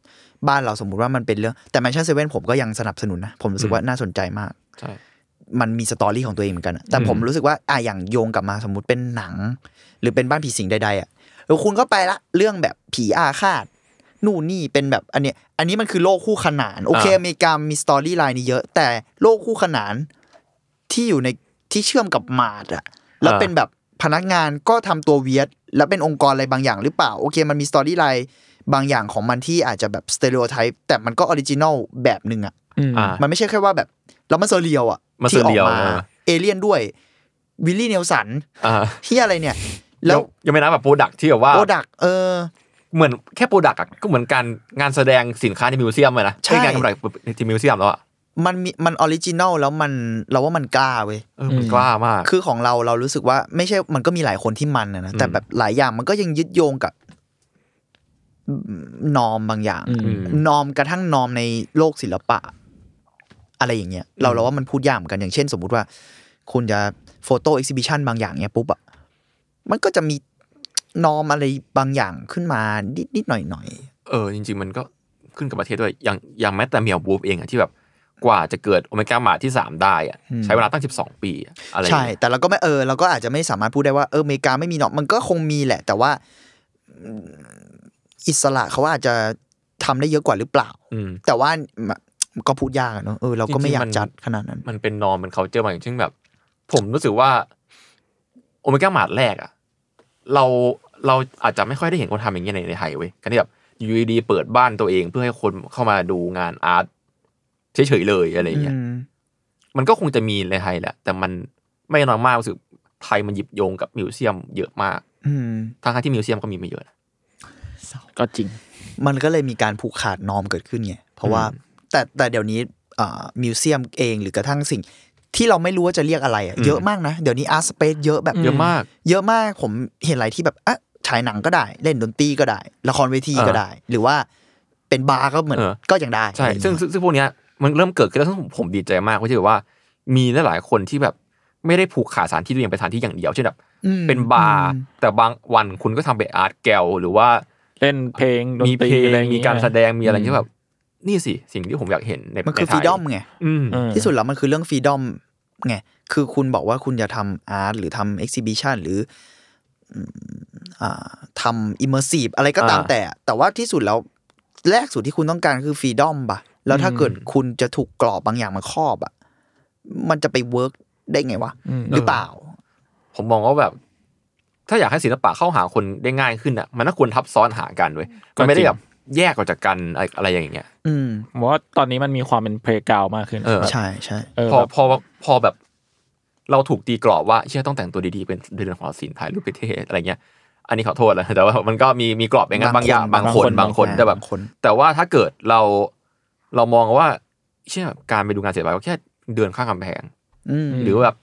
S3: บ้านเราสมมติว่ามันเป็นเรื่อง แต่แมนชั่นเซเว่นผมก็ยังสนับสนุนนะ ผมรู้สึกว่าน่าสนใจมาก
S2: ใช่
S3: มันมีสตอรี่ของตัวเองเหมือนกันอะแต่ผมรู้สึกว่าอ่ะอย่างโยงกลับมาสมมติเป็นหนัง หรือเป็นบ้านผีสิงใดๆอ่ะแล้วคุณก็ไปละเรื่องแบบผีอาฆาตนู่นนี่เป็นแบบอันเนี้ยอันนี้มันคือโลกคู่ขนาน โอเค
S2: อ่า
S3: อเมริกามีสตอรี่ไลน์นี่เยอะ แต่โลกคู่ขนานที่อยู่ในที่เชื่อมกับมาดอะแล้วเป็นแบบพนักงานก็ทำตัวเวียดแล้วเป็นองค์กรอะไรบางอย่างหรือเปล่า โอเค มันมีสตอรี่ไลน์บางอย่างของมันที่อาจจะแบบสเตอริโอไทป์แต่มันก็ออริจินอลแบบหนึ่งอะ
S2: อ่า
S3: มันไม่ใช่แค่ว่าแบบแล้วมันเซอร์เรียลอะ
S2: มัน
S3: ที่อ
S2: เซอ
S3: อ
S2: ร์เรียล
S3: กมา
S2: เออ
S3: เอเลี่ยนด้วยวิลลี่เนลสัน
S2: อ่า
S3: ที่อะไรเนี่ย แล้
S2: แล้ว วยังไม่นับแบบโปรดักที่แบบว่า
S3: โปรดักเออ
S2: เหมือนแค่โปรดักต์ก็เหมือนการงานแสดงสินค้าในมิวเซียมเลยนะ
S3: ใช่
S2: ใช่งานกำไรในที่มิวเซียมแล้วอ่ะ
S3: มันมีมันออริจินอลแล้วมันเราว่ามันกล้าเว้ย
S2: เออมันกล้ามาก
S3: คือของเราเรารู้สึกว่าไม่ใช่มันก็มีหลายคนที่มันนะนะแต่แบบหลายอย่างมันก็ยังยึดโยงกับนอมบางอย่าง
S1: อืม
S3: นอมกระทั่งนอมในโลกศิลปะ อะไรอย่างเงี้ยเราเราว่ามันพูดยากเหมือนกันอย่างเช่น สมมุติว่า คุณจะโฟโต้เอ็กซิบิชันบางอย่างเนี้ยปุ๊บอะมันก็จะมีนอมอะไรบางอย่างขึ้นมานิดนิดหน่อยหน่อย
S2: เออ จริง ๆ มันก็ขึ้นกับประเทศด้วยอย่างอย่างแม้แต่เมียวบูฟเองอ่ะที่แบบกว่าจะเกิดโอเมก้าหมาที่ 3 ได้อ่ะใช้เวลาตั้ง 12 ปีอะอะไรอ
S3: ๆ
S2: ย่า
S3: ใช่
S2: งเงี้ย
S3: แต่เราก็ไม่เออเราก็อาจจะไม่สามารถพูดได้ว่าเอออเมริกาไม่มีนอมมันก็คงมีแหละ แต่ว่าอืมอิสระเขาอาจจะทำได้เยอะกว่าหรือเปล่า
S2: อืม
S3: แต่ว่ามันก็พูดยากอะเนอะเออเราก็ไม่อยา
S2: จริงๆมั
S3: ก
S2: น
S3: จัดขนาดนั้น
S2: มันเป็นนอมมันเคาเจอมาอย่างเช่นแบบ ผมรู้สึกว่าโอเมก้าหมาแรกอ่ะเราเราอาจจะไม่ค่อยได้เห็นคนทำอย่างเงี้ยในในไทยเว้ยการที่แบบอยู่ดีๆเปิดบ้านตัวเองเพื่อให้คนเข้ามาดูงานอาร์ตเฉยๆเลยอะไรอย่างเงี้ย
S3: อืม
S2: มันก็คงจะมีในไทยแหละ แต่มันไม่น้อยมากรู้สึกไทยมันหยิบโยงกับมิวเซียมเยอะมาก
S3: อืม
S2: ทั้งๆที่มิวเซียมก็มีไม่เยอะนะ
S1: ก็จริง
S3: มันก็เลยมีการผูกขาดนอมเกิดขึ้นไง เพราะว่าแต่แต่เดี๋ยวนี้เอ่อมิวเซียมเองหรือกระทั่งสิ่ง ที่เราไม่รู้ว่าจะเรียกอะไรอะ
S2: อืม
S3: เยอะมากนะ เดี๋ยวนี้อาร์ตสเปซเยอะแบบ
S2: เยอะมาก
S3: เยอะมากผมเห็นอะไรที่แบบอ่ะฉายหนังก็ได้ เล่นดนตรีก็ได้ ละครเวทีก็ได้ หรือว่าเป็นบาร์ก็เหมือน
S2: เออ
S3: ก็ยังได้
S2: ใช่
S3: อะไรอย่าง
S2: ซึ่ง
S3: เงี้ย
S2: ซึ่งซึ่งพวกเนี้ยมันเริ่มเกิดขึ้นแล้วซึ่งผมผมดีใจมากเพราะที่แบบว่า มีหลายๆคนที่แบบไม่ได้ผูกขาดสถานที่ตัวเองไปสถานที่อย่างเดียวเช่นแบบ
S3: อืม
S2: เป็นบาร์
S3: อืม
S2: แต่บางวันคุณก็ทำไปนอาร์ตแกลหรือว่า
S1: เล่นเพลงดน
S2: มี
S1: ต
S2: เพ
S1: รี
S2: ล
S1: อะไรอง ย่าง
S2: มี
S1: งี้
S2: การแสดงมีอะไรอย่างเงี้ย
S1: ม
S2: แบบ นี่สิสิ่งที่ผมอยากเห็นใน
S3: มันคือ
S2: ใไท
S3: ฟรี
S2: ย
S3: ดอมไง
S2: อืม
S1: อืม
S3: ที่สุดแล้วมันคือเรื่องฟรีดอมไง คือคุณบอกว่าคุณจะทำอาร์ตหรือทำเอ็กซิบิชันหรืออืมอ่าทำอิมเมอร์ซีฟอะไรก็ตาม
S2: อ่า
S3: แต่ แต่ว่าที่สุดแล้วแรกสุดที่คุณต้องการคือฟรีดอมปะแล้วถ้าเกิดคุณจะถูกกรอบบางอย่างมาครอบอะมันจะไปเวิร์กได้ไงวะ
S1: อืม
S3: หรือเปล่า
S2: ผมมองว่าแบบ ถ้าอยากให้ศิลปะเข้าหาคนได้ง่ายขึ้นอ่ะมันน่าควรทับซ้อนหากันเว้ยมันไม่ได้แบบแยกออกจากกันอะไรอะไรอย่างเงี้ย
S3: อืม
S1: ผมว่าตอนนี้มันมีความเป็นเพลงกาวมากขึ้น
S2: เออ
S3: ใช่ใช่
S1: เออ
S2: พอ
S1: แบบ
S2: พอพอแบบ เราถูกตีกรอบว่าเชื่อต้องแต่งตัวดีๆเป็นเดือนของศิลป์ถ่ายรูปไปเทศอะไรเงี้ย อันนี้ขอโทษแล้ว [laughs] แต่ว่ามันก็มีมีกรอบอย่างนั้นบา
S3: บาง งคน
S2: อย่างบางคนบา
S3: บาง ง
S2: ค
S3: คน น
S2: แต่แบบ
S3: บางคน
S2: แต่ว่าถ้าเกิดเราเรามองว่าเชื่อการไปดูงานศิลปะก็แค่เดินข้างกำแพง
S3: อืม
S2: หรือแบบ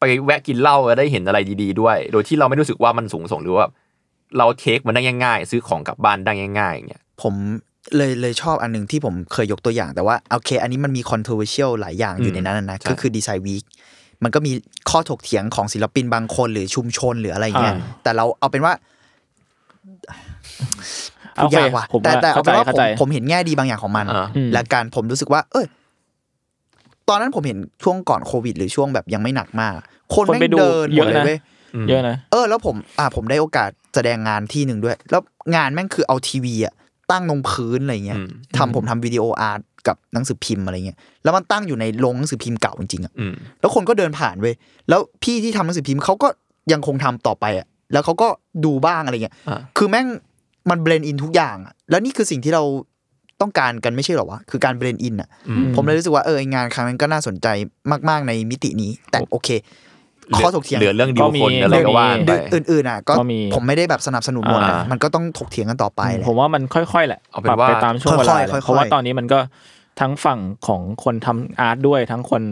S2: ไปแวะกินเหล้าแล้วได้เห็นอะไรดี ๆ ด้วย โดยที่เราไม่รู้สึกว่ามันสูงส่งหรือว่าแบบเราเทคมันได้ง่าย ๆ ซื้อของกลับบ้านได้ง่ายๆอย่างเงี้ย
S3: ผมเลยเลยชอบอันหนึ่งที่ผมเคยยกตัวอย่าง แต่ว่าโอเค อันนี้มันมี controversial หลายอย่างอ
S2: อื
S3: ยู่
S2: ม
S3: ในนั้นนะนะ
S2: ใช่
S3: ก็คือดีไซน์วีคมันก็มีข้อถกเถียงของศิลปินบางคนหรือชุมชนหรืออะไรเงี้ยแต่เราเอาเป็นว่า
S1: โอเค
S3: ยากว่ะ
S1: ผม
S3: แต่แต่เอา
S1: เข้าใจ
S3: เป็นว่า
S1: เข้า
S3: ผม
S1: ใจ
S3: ผมเห็นแง่ดีบางอย่างของมัน
S2: อ่า
S1: อืม
S3: และการผมรู้สึกว่า เอยตอนนั้นผมเห็นช่วงก่อนโควิด หรือช่วงแบบยังไม่หนักมาก คน
S1: คน
S3: แม่
S1: ไป
S3: ง
S1: ดู
S3: เดินห
S1: เย
S3: มด
S1: อะนะ
S3: เลยเว้ย
S1: เยอะนะ
S3: เออแล้วผมอ่าผมได้โอกาสแสดงงานที่หนึ่งด้วย แล้วงานแม่งคือเอาทีวีอะตั้งลงพื้นอะไรเงี้ย
S2: อืม
S3: ทำผมทำวิดีโออาร์ตกับหนังสือพิมพ์อะไรเงี้ยแล้วมันตั้งอยู่ในโรงหนังสือพิมพ์เก่าจริงๆอะ
S2: อืม
S3: แล้วคนก็เดินผ่านเว้ยแล้วพี่ที่ทำหนังสือพิมพ์เขาก็ยังคงทำต่อไปอะแล้วเขาก็ดูบ้างอะไรเงี้ย
S2: อ่า
S3: คือแม่งมันเบรนอินทุกอย่างอะแล้วนี่คือสิ่งที่เราต้องการกันไม่ใช่เหรอวะคือการเบรนอินอะ
S2: อืม
S3: ผมเลยรู้สึกว่าเอองานครั้งนั้นก็น่าสนใจมาก ๆ ในมิตินี้ แต่โอเค ข้อถกเถียง
S2: เหลือเรื่องดิ
S1: ก็
S2: ว
S1: มี
S2: คนอะไร
S1: ก็
S2: ก็
S1: มี
S2: ว่าไป
S3: อื่นๆอ่ะก็
S1: ก็มี
S3: ผมไม่ได้แบบสนับสนุนหมดนะ
S2: อ่ามั
S3: มันก็ต้องถกเถียงกันต่อไปแหละ
S1: ผมว่ามันค่อยๆ แหละ
S2: เอาเป็
S1: ป
S2: น
S1: รับ
S2: ว่า
S1: ไปตามช่วงเว
S3: ค่
S1: ลา
S3: อยๆ
S1: แห
S3: ค่
S1: ละ
S3: อยๆ
S1: เพราะว่าตอนนี้มันก็ทั้งฝั่งของคนทำอาร์ตด้วยทั้งคน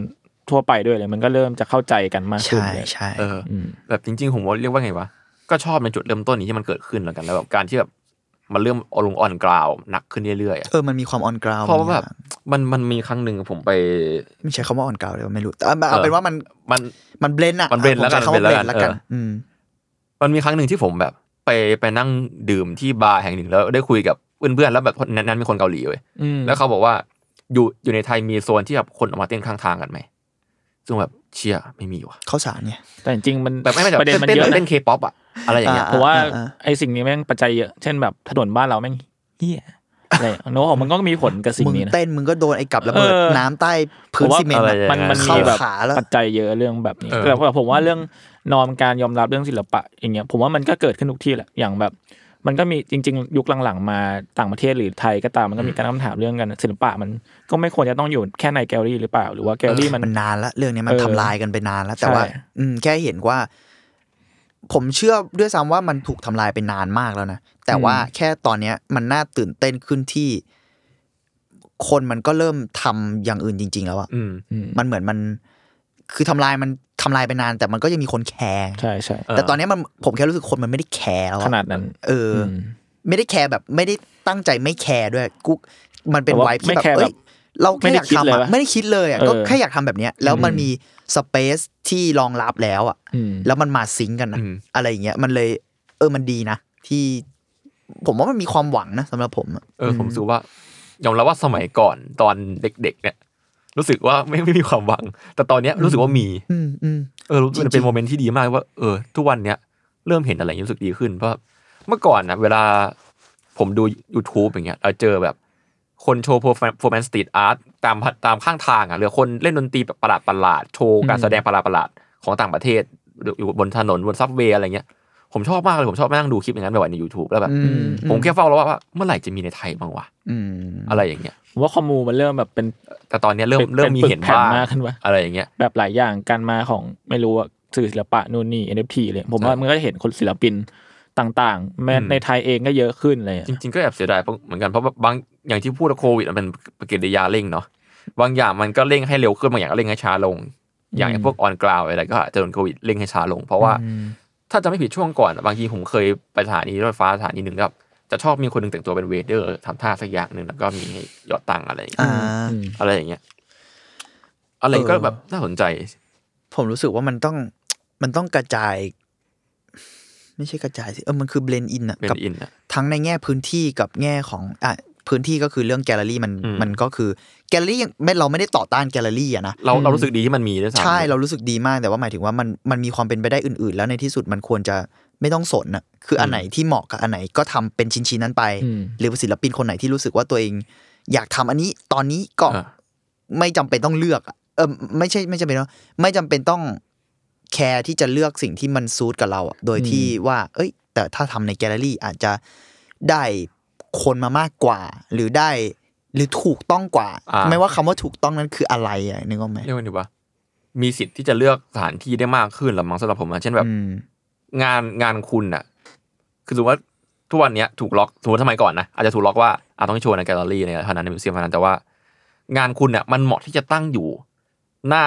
S1: ทั่วไปด้วยเลยมันก็เริ่มจะเข้าใจกันมากขึ้น
S3: ใช่
S1: เลย
S3: ใช่
S2: เออ
S1: อืม
S2: แบบจริงๆ ผมว่าเรียกว่าไงวะ ก็ชอบในจุดเริ่มต้นนี้ที่มันเกิดขึ้นแล้วกันแล้วแบบการที่แบบมันเริ่มอลงอ่อนกล่าวหนักขึ้นเรื่อยๆอะ
S3: เออมันมีความออนกราว
S2: เพราะว่าแบบมันมันมีครั้งหนึ่งผมไป
S3: ไม่ใช่คำว่าออนกราวเลยไม่รู้แต่เอาเอาเป็นว่ามัน
S2: มัน
S3: มันเบลนอะ
S2: มัน blend
S3: ผม
S2: แล้ว
S3: ใช้
S2: กัน
S3: คำว่า
S2: blend
S3: เบลน
S2: แล้
S3: แล้ว
S2: วกั
S3: กัน
S2: น
S3: อืม
S2: มันมีครั้งหนึ่งที่ผมแบบไปไปนั่งดื่มที่บาร์แห่งหนึ่งแล้วได้คุยกับเพื่อนๆแล้วแบบคนนั้นนั้นมีคนเกาหลีเว้ย
S1: อืม
S2: แล้วเขาบอกว่าอยู่อยู่ในไทยมีโซนที่แบบคนออกมาเต้นข้างทางกันไหมซึ่งแบบเชี่ยไม่มีว่ะ
S3: เข้าสารเนี่ย
S1: แต่จริงๆมัน
S2: แบบไม่ไม่แบบ
S1: ประเด็นมัน
S2: ต้
S1: เยอะ
S2: ต้
S1: นะ
S2: เต้นเคป๊อปอะอะไรอย่างเงี้ย
S3: อ่
S1: เพราะว่า
S3: อ่า
S1: ไอ้สิ่งนี้แม่งปัจจัยเยอะ เช่นแบบถนนบ้านเราแม่งเหี้ยอะไรโน้ตมันก็มีผลกับสิ่ง
S3: มึง
S1: นี้นะ
S3: เต้นมึงก็โดนไอ้กับระเบิด
S1: เออ
S3: น้ำใต้พื้นซีเมน
S2: ผ
S3: ต์
S2: มว่าอะไรอย่าง
S3: อะ
S1: มันมัน
S3: เข้า
S1: มีแบบ
S3: ขาแล้ว
S1: ปัจจัยเยอะเรื่องแบบนี้
S2: เออ
S1: แต่ผมว่าเรื่องนอมการยอมรับเรื่องศิลปะอย่างเงี้ยผมว่ามันก็เกิดขึ้นทุกที่แหละอย่างแบบ มันก็มีจริง ๆ ยุคหลังๆ มาต่างประเทศหรือไทยก็ตามมันก็มีการตั้งคำถามเรื่องกันศิลปะมันก็ไม่ควรจะต้องอยู่แค่ในแกลเลอรี่หรือเปล่า หรือว่าแกลเลอรี่มัน
S3: มันนานละเรื่องเนี้ยมัน
S1: เออ
S3: ทำลายกันไปนานแล้ว
S1: ใช่
S3: แต่ว่า อืมแค่เห็นว่า ผมเชื่อด้วยซ้ำว่ามันถูกทำลายไปนานมากแล้วนะ แต่ว่าแค่ตอนเนี้ย มันน่าตื่นเต้นขึ้นที่ คนมันก็เริ่มทำอย่างอื่นจริง ๆ แล้วอะ
S2: อืม
S3: มันเหมือนมัน คือทำลายมันทำลายไปนาน แต่มันก็ยังมีคนแคร์
S1: ใช่ใช่
S2: เออ
S3: แต่ตอนเนี้ยมันผมแค่รู้สึกคนมันไม่ได้แคร์แล้วอะ
S1: ขนาดนั้น
S3: เอออ
S1: ม
S3: ไม่ได้แคร์แบบไม่ได้ตั้งใจไม่แคร์ด้วยกูมันเป็น
S1: แต่ว่า
S3: ไวท์ที่
S1: ไม่
S3: แบบ
S1: แคร์
S3: เอ้
S1: แบ
S3: ย
S1: บ
S3: เราแค่อยาก
S1: ไม่ได้คิดเลย
S3: ทำอะ
S1: วะ
S3: ไม่ได้คิดเลยอ่ะ
S1: เออ
S3: ก็แค่อยากทำแบบเนี้ย แล้วมัน
S1: อืม
S3: มีสเปซที่รองรับแล้วอ่ะ
S1: อืม
S3: แล้วมันมาซิงก์กันนะ
S2: อืม
S3: อะไรอย่างเงี้ยมันเลย เออมันดีนะที่ ผมว่ามันมีความหวังนะสำหรับผมอะ
S2: เออผมรู้สึกว่ายอมรับว่าสมัยก่อนตอนเด็ก ๆ เนี่ย รู้สึกว่า [laughs] ไม่ไม่มีความหวัง แต่ตอนเนี้ยรู้สึกว่ามี
S3: อืมอืม
S2: เออรู้สึกมันเป็นโมเมนต์ที่ดีมากว่าเออทุกวันเนี้ยเริ่มเห็นอะไรอย่างนี้รู้สึกดีขึ้นเพราะเมื่อก่อนนะเวลาผมดู YouTube อย่างเงี้ยเราเจอแบบคนโชว์โฟร์แมนสตรีทอาร์ตตามตามข้างทางอ่ะหรือคนเล่นดนตรีแบบประหลาดประหลาดๆโชว์การแสดงประหลาดประหลาดๆของต่างประเทศอยู่บนถนนบนซับเวย์อะไรเงี้ย ผมชอบมากเลย ผมชอบมานั่งดูคลิปอย่างนั้นบ่อยๆใน YouTube แล้วแบบ
S3: อืม
S2: ผมแค่เฝ้ารอว่าว่าเมื่อไหร่จะมีในไทยบ้างวะ
S3: อืม
S2: อะไรอย่างเงี้ย
S1: ผมว่าคอมมูมันเริ่มแบบเป็น
S2: แต่ตอนเนี้ยเริ่ม
S1: เป็น
S2: เริ่มมีเห็น
S1: เป็นแผ่น
S2: ว่าง
S1: มากขึ้นวะ
S2: อะไรอย่างเงี้ย
S1: แบบหลายอย่างการมาของไม่รู้ว่าสื่อศิลปะนู่นนี่ NFT เลยผมว่า
S2: ใช่
S1: มันก็จะเห็นคนศิลปินต่างๆ แม้
S2: อืม
S1: ในไทยเองก็เยอะขึ้นเลยอะ
S2: จริงๆก็แอบเสียดายเพราะเหมือนกันเพราะว่าบางอย่างที่พูดว่าโควิดมันเป็นปฏิกิริยาเร่งเนาะบางอย่างมันก็เร่งให้เร็วขึ้นบางอย่างก็เร่งให้ช้าลง อย่าง
S1: อืม
S2: พวกออนกราวอะไรก็อาจจะโดนโควิดเร่งให้ช้าลง เพราะว่าถ้าจะไม่ผิดช่วงก่อนอะบางทีผมเคยไปสถานีรถไฟฟ้าสถานีหนึ่งก็จะชอบมีคนหนึ่งแต่งตัวเป็นเวเดอร์ทำท่าสักอย่างหนึ่งแล้วก็มีให้หยอดตังค์อะไรอย่างเงี้
S3: อ่า
S2: ยอะไรอย่างเงี้ยอะไรก็แบบน่าสนใจ
S3: ผมรู้สึกว่ามันต้องมันต้องกระจาย ไม่ใช่กระจายสิเออมันคือเบลนอินอะ
S2: เป็น
S3: กับ
S2: อินอะ
S3: ทั้งในแง่พื้นที่กับแง่ของอ่ะพื้นที่ก็คือเรื่องแกลเลอรี่มัน
S2: อืม
S3: มันก็คือแกลเลอรี่ยังไม่เราไม่ได้ต่อต้านแกลเลอรี่อะนะ
S2: เราเรารู้สึกดีที่มันมีด้วยซ้ำ
S3: ใช่เรารู้สึกดีมากแต่ว่าหมายถึงว่ามันมันมีความเป็นไปได้อื่น ๆ แล้วในที่สุดมันควรจะไม่ต้องสนอะคืออันไหนที่เหมาะกับอันไหนก็ทำเป็นชิ้นๆนั้นไป
S1: อืม
S3: หรือว่าศิลปินคนไหนที่รู้สึกว่าตัวเอง อยากทำอันนี้ตอนนี้ก็
S2: เออ
S3: ไม่จำเป็นต้องเลือกอะเออไม่ใช่ไม่จำเป็นว่าไม่จำเป็นต้องแคร์ที่จะเลือกสิ่งที่มันซูทกับเราอะโดยที่ว่า เอ้ย แต่ถ้าทำในแกลเลอรี่อาจจะได้คนมามากกว่า หรือได้หรือถูกต้องกว่า
S2: อ่า
S3: ไม่ว่าคำว่าถูกต้องนั้นคืออะไรอะนึกออกไหม
S2: เรียกว่าไงดีว่า มีสิทธิ์ที่จะเลือกสถานที่ได้มากขึ้นหรือมั้งสำหรับผมนะเช่นแบบ
S3: อืม
S2: งานงานคุณน่ะ คือสมมติว่าทุกวันเนี้ยถูกล็อกสมมติสมัยก่อนนะอาจจะถูกล็อกว่าอาต้องโชว์ในแกลเลอรี่ในเท่านั้นในมิวเซียมเท่านั้นแต่ว่า งานคุณน่ะมันเหมาะที่จะตั้งอยู่ หน้า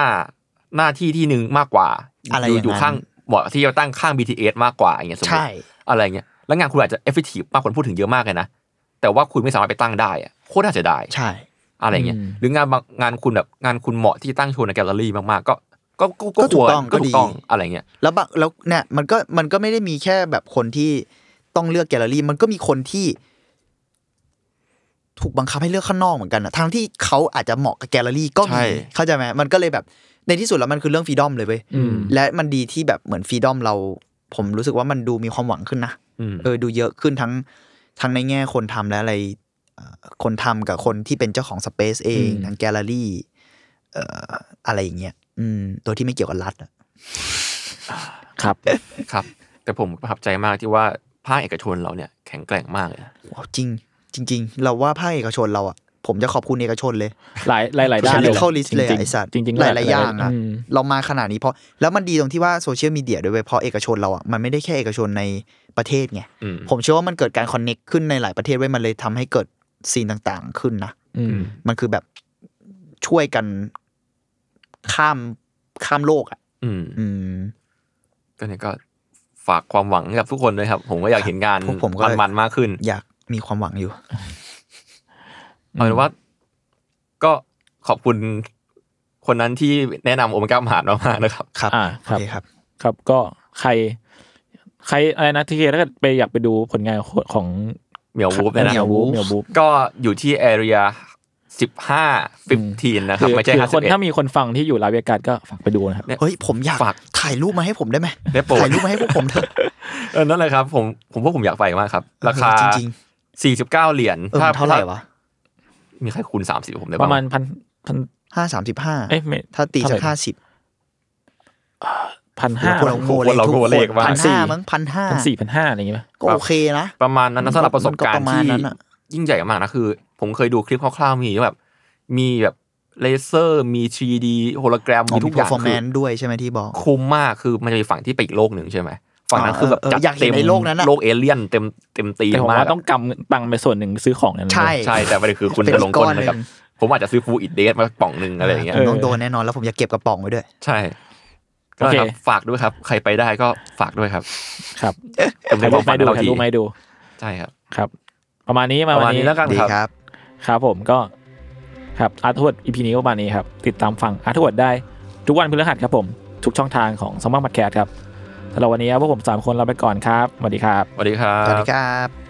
S2: หน้าที่ที่หนึ่งมากกว่า
S3: อะไรอย่างนั้น
S2: ยู่ข้างเหมาะที่จะตั้งข้าง BTS มากกว่าอย่างเงี้ยสมม
S3: ใช่
S2: ติอะไรเงี้ยแล้วงานคุณอาจจะ effective มากคนพูดถึงเยอะมากเลยนะแต่ว่าคุณไม่สามารถไปตั้งได้อะโคตรน่าเสียดาย
S3: ใช่
S2: อะไรเงี้ย
S1: อืม
S2: หรืองานบางงานคุณแบบงานคุณเหมาะที่ตั้งโชว์ในแกลเลอรี่มากๆก็ก็ก็ก็ควรก็ถูกต้องอะไรเงี้ย
S3: แล้วบางแล้วเนี่ยมันก็มันก็ไม่ได้มีแค่แบบคนที่ต้องเลือกแกลเลอรี่ มันก็มีคนที่ ถูกบังคับให้เลือกข้างนอกเหมือนกันอะทั้งที่เขาอาจจะเหมาะกับแกลเลอรี่ก็
S2: ใช่
S3: มีเข้าใจไหมมันก็เลยแบบในที่สุดแล้วมันคือเรื่องฟรีดอมเลยเว้ย
S1: อืม
S3: และมันดีที่แบบเหมือนฟรีดอมเรา ผมรู้สึกว่ามันดูมีความหวังขึ้นนะ
S2: อืม
S3: เออดูเยอะขึ้นทั้งทั้งในแง่คนทำและอะไรเอ่อคนทำกับคนที่เป็นเจ้าของสเปซเอง
S1: อืม
S3: ทั้งแกลเลอรี่เอ่ออะไรอย่างเงี้ยอืมโดยที่ไม่เกี่ยวกับรัฐอะ
S1: ครับ
S2: ครับ แต่ผมประทับใจมากที่ว่าภาคเอกชนเราเนี่ยแข็งแกร่งมากเลยนะ
S3: ว้าวจริงจริง ๆ เราว่าภาคเอกชนเราอะ ผมจะขอบคุณเอกชนเลย
S1: หลายหลายหลายด้าน
S3: ฉัน
S1: เลย
S3: เข้าลิสต์เลย
S1: จริง
S3: ไอสัตว์
S1: จริงๆ
S3: หลายหลายๆอย่างอะ
S1: ม
S3: เรามาขนาดนี้เพราะแล้วมันดีตรงที่ว่าโซเชียลมีเดียด้วยเวยเพราะเอกชนเราอ่ะมันไม่ได้แค่เอกชนในประเทศไง
S2: อืม
S3: ผมเชื่อว่ามันเกิดการคอนเน็กขึ้นในหลายประเทศไว้ยมันเลยทำให้เกิดซีนต่างๆ ขึ้นนะ
S1: อืม
S3: มันคือแบบช่วยกันข้ามข้ามโลกอ่ะ
S2: อืม
S3: อืม
S2: ก็เนี่ยก็ฝากความหวังให้กับทุกคนด้วยครับ ผมก็อยากเห็นงาน
S3: พวกผมก็
S2: มันๆมากขึ้น
S3: อยากมีความหวังอยู่
S2: เอาเป็นว่าก็ขอบคุณคนนั้นที่แนะนำโอเมก้ามหาดมากๆนะครับ
S3: ครับ
S1: อ่าค
S3: โอ
S1: รับ
S3: เคครับ
S1: ครับก็ใคร ใครอะไรนะทีเคถ้าเกิดไปอยากไปดูผลงานของ
S2: เหมียววูฟนะ
S1: เหมียวบูฟเหมียวบูฟ
S2: ก็อยู่ที่แอเรียสิบห้าฟิฟทีนนะครับ ไม่ใช่
S1: คือ
S2: ห้า
S1: ค
S2: สิบ
S1: น
S2: เอ็ด
S1: ถ้ามีคนฟังที่อยู่ลาเวียกัดก็ฝากไปดูนะครับ
S3: เฮ้ย ผมอยาก
S2: ฝาก
S3: ถ่ายรูปมาให้ผมได้ไหม
S2: ได้โปรด
S3: ถ่ายรูปมาให้พวกผมเถอะ
S2: เออนั่นแหละครับผมผมพวกผมอยากไปมากครับ ราคา
S3: จริง
S2: สี่สิบเก้าเหรียญ
S3: เออมันเท่าไหร่วะ
S2: มีใครคูณสามสิบผมได้
S1: ป
S2: บ้าง
S1: ระมาณพันพัน
S3: ห้าสามสิบห้า
S1: เอ๊ะไม่
S3: ถ้าตี
S1: เท่า
S3: จา
S1: ไหร่
S3: กห้าสิบ
S1: พันห้า
S3: คนเราโง่เล
S2: ค
S3: ย
S2: นเรา
S3: ทุก
S2: โง่
S3: คน
S2: เลขมาก
S3: พันห้ามั้งพันห้า
S1: พันสี่พันห้าอะไรอย่างเงี้ย
S3: ก็โอเคนะ
S2: ประมาณนั้นนะสำหรับประสบการ
S3: มันก็ป
S2: ณ์
S3: ระมาณ
S2: ที่
S3: นั้นอะ
S2: ยิ่งใหญ่มากนะคือ ผมเคยดูคลิปคร่าวๆมีแบบ มีแบบเลเซอร์มี 3D โฮโลแกรมมีทุกอย่าง
S3: ฟอร์แม
S2: คือ
S3: นด้วยใช่ไหมที่บอก
S2: คุ้มมากคือมันจะมีฝั่งที่ไปอีกโลกหนึ่งใช่ไหมฝั่งนั้น
S3: อ่า
S2: คือแบบ
S3: เออ
S2: จัด
S3: อยากเห็น
S2: เต็ม
S3: ไอ้โลกนั้นอะ
S2: โลกเอเลี่ยนเต็มเต็มตีม
S1: แต่ผม
S2: มาก
S1: ว่าต้องกำตังค์ไปส่วนหนึ่งซื้อของนั่นเลย
S3: ใช่
S2: ใช่แต่ประเด็นคือคุณ
S3: เป็น
S2: จะลงก้น
S3: ก้อนหนึ่ง
S2: นะครับผมอาจจะซื้อฟูอิดเดสมากล่องหนึ่งอะไรอย่างเงี้ย
S3: ผมต้องโดนแน่นอนแล้วผมอยากเก็บกระป๋องไว้ด้วย
S2: ใช่ก็
S1: โอเค
S2: ครับฝากด้วยครับ ใครไปได้ก็ฝากด้วยครับ
S1: ครับ
S2: เป็น
S1: ถ่ายรู
S2: ความ
S1: ป
S2: ฝั
S1: ไม่
S2: น
S1: ดู
S2: เรา
S1: ถ่าย
S2: ที
S1: รูปไม่ดู
S2: ใช่ครับ
S1: ครับ ประมาณนี้ประ
S2: ประ
S1: มา
S2: มา
S1: ณ
S2: ณนี้
S1: นี้
S2: แล้วกัน
S3: ดี
S2: ครับ
S3: ครับ
S1: ครับผมก็ครับอาร์ทวดอีพีนี้ก็ประมาณนี้ครับ ติดตามฟังอาร์ทวดได้ทุกวันพฤหัสครับผม ทุกช่องทางของสมัครมัดแคสครับสำหรับวันนี้ครับพวกผมสามคนลาไปก่อนครับสวัสดีครับ
S2: สวัสดีครั
S3: สวัส
S2: บ
S3: ดีครับ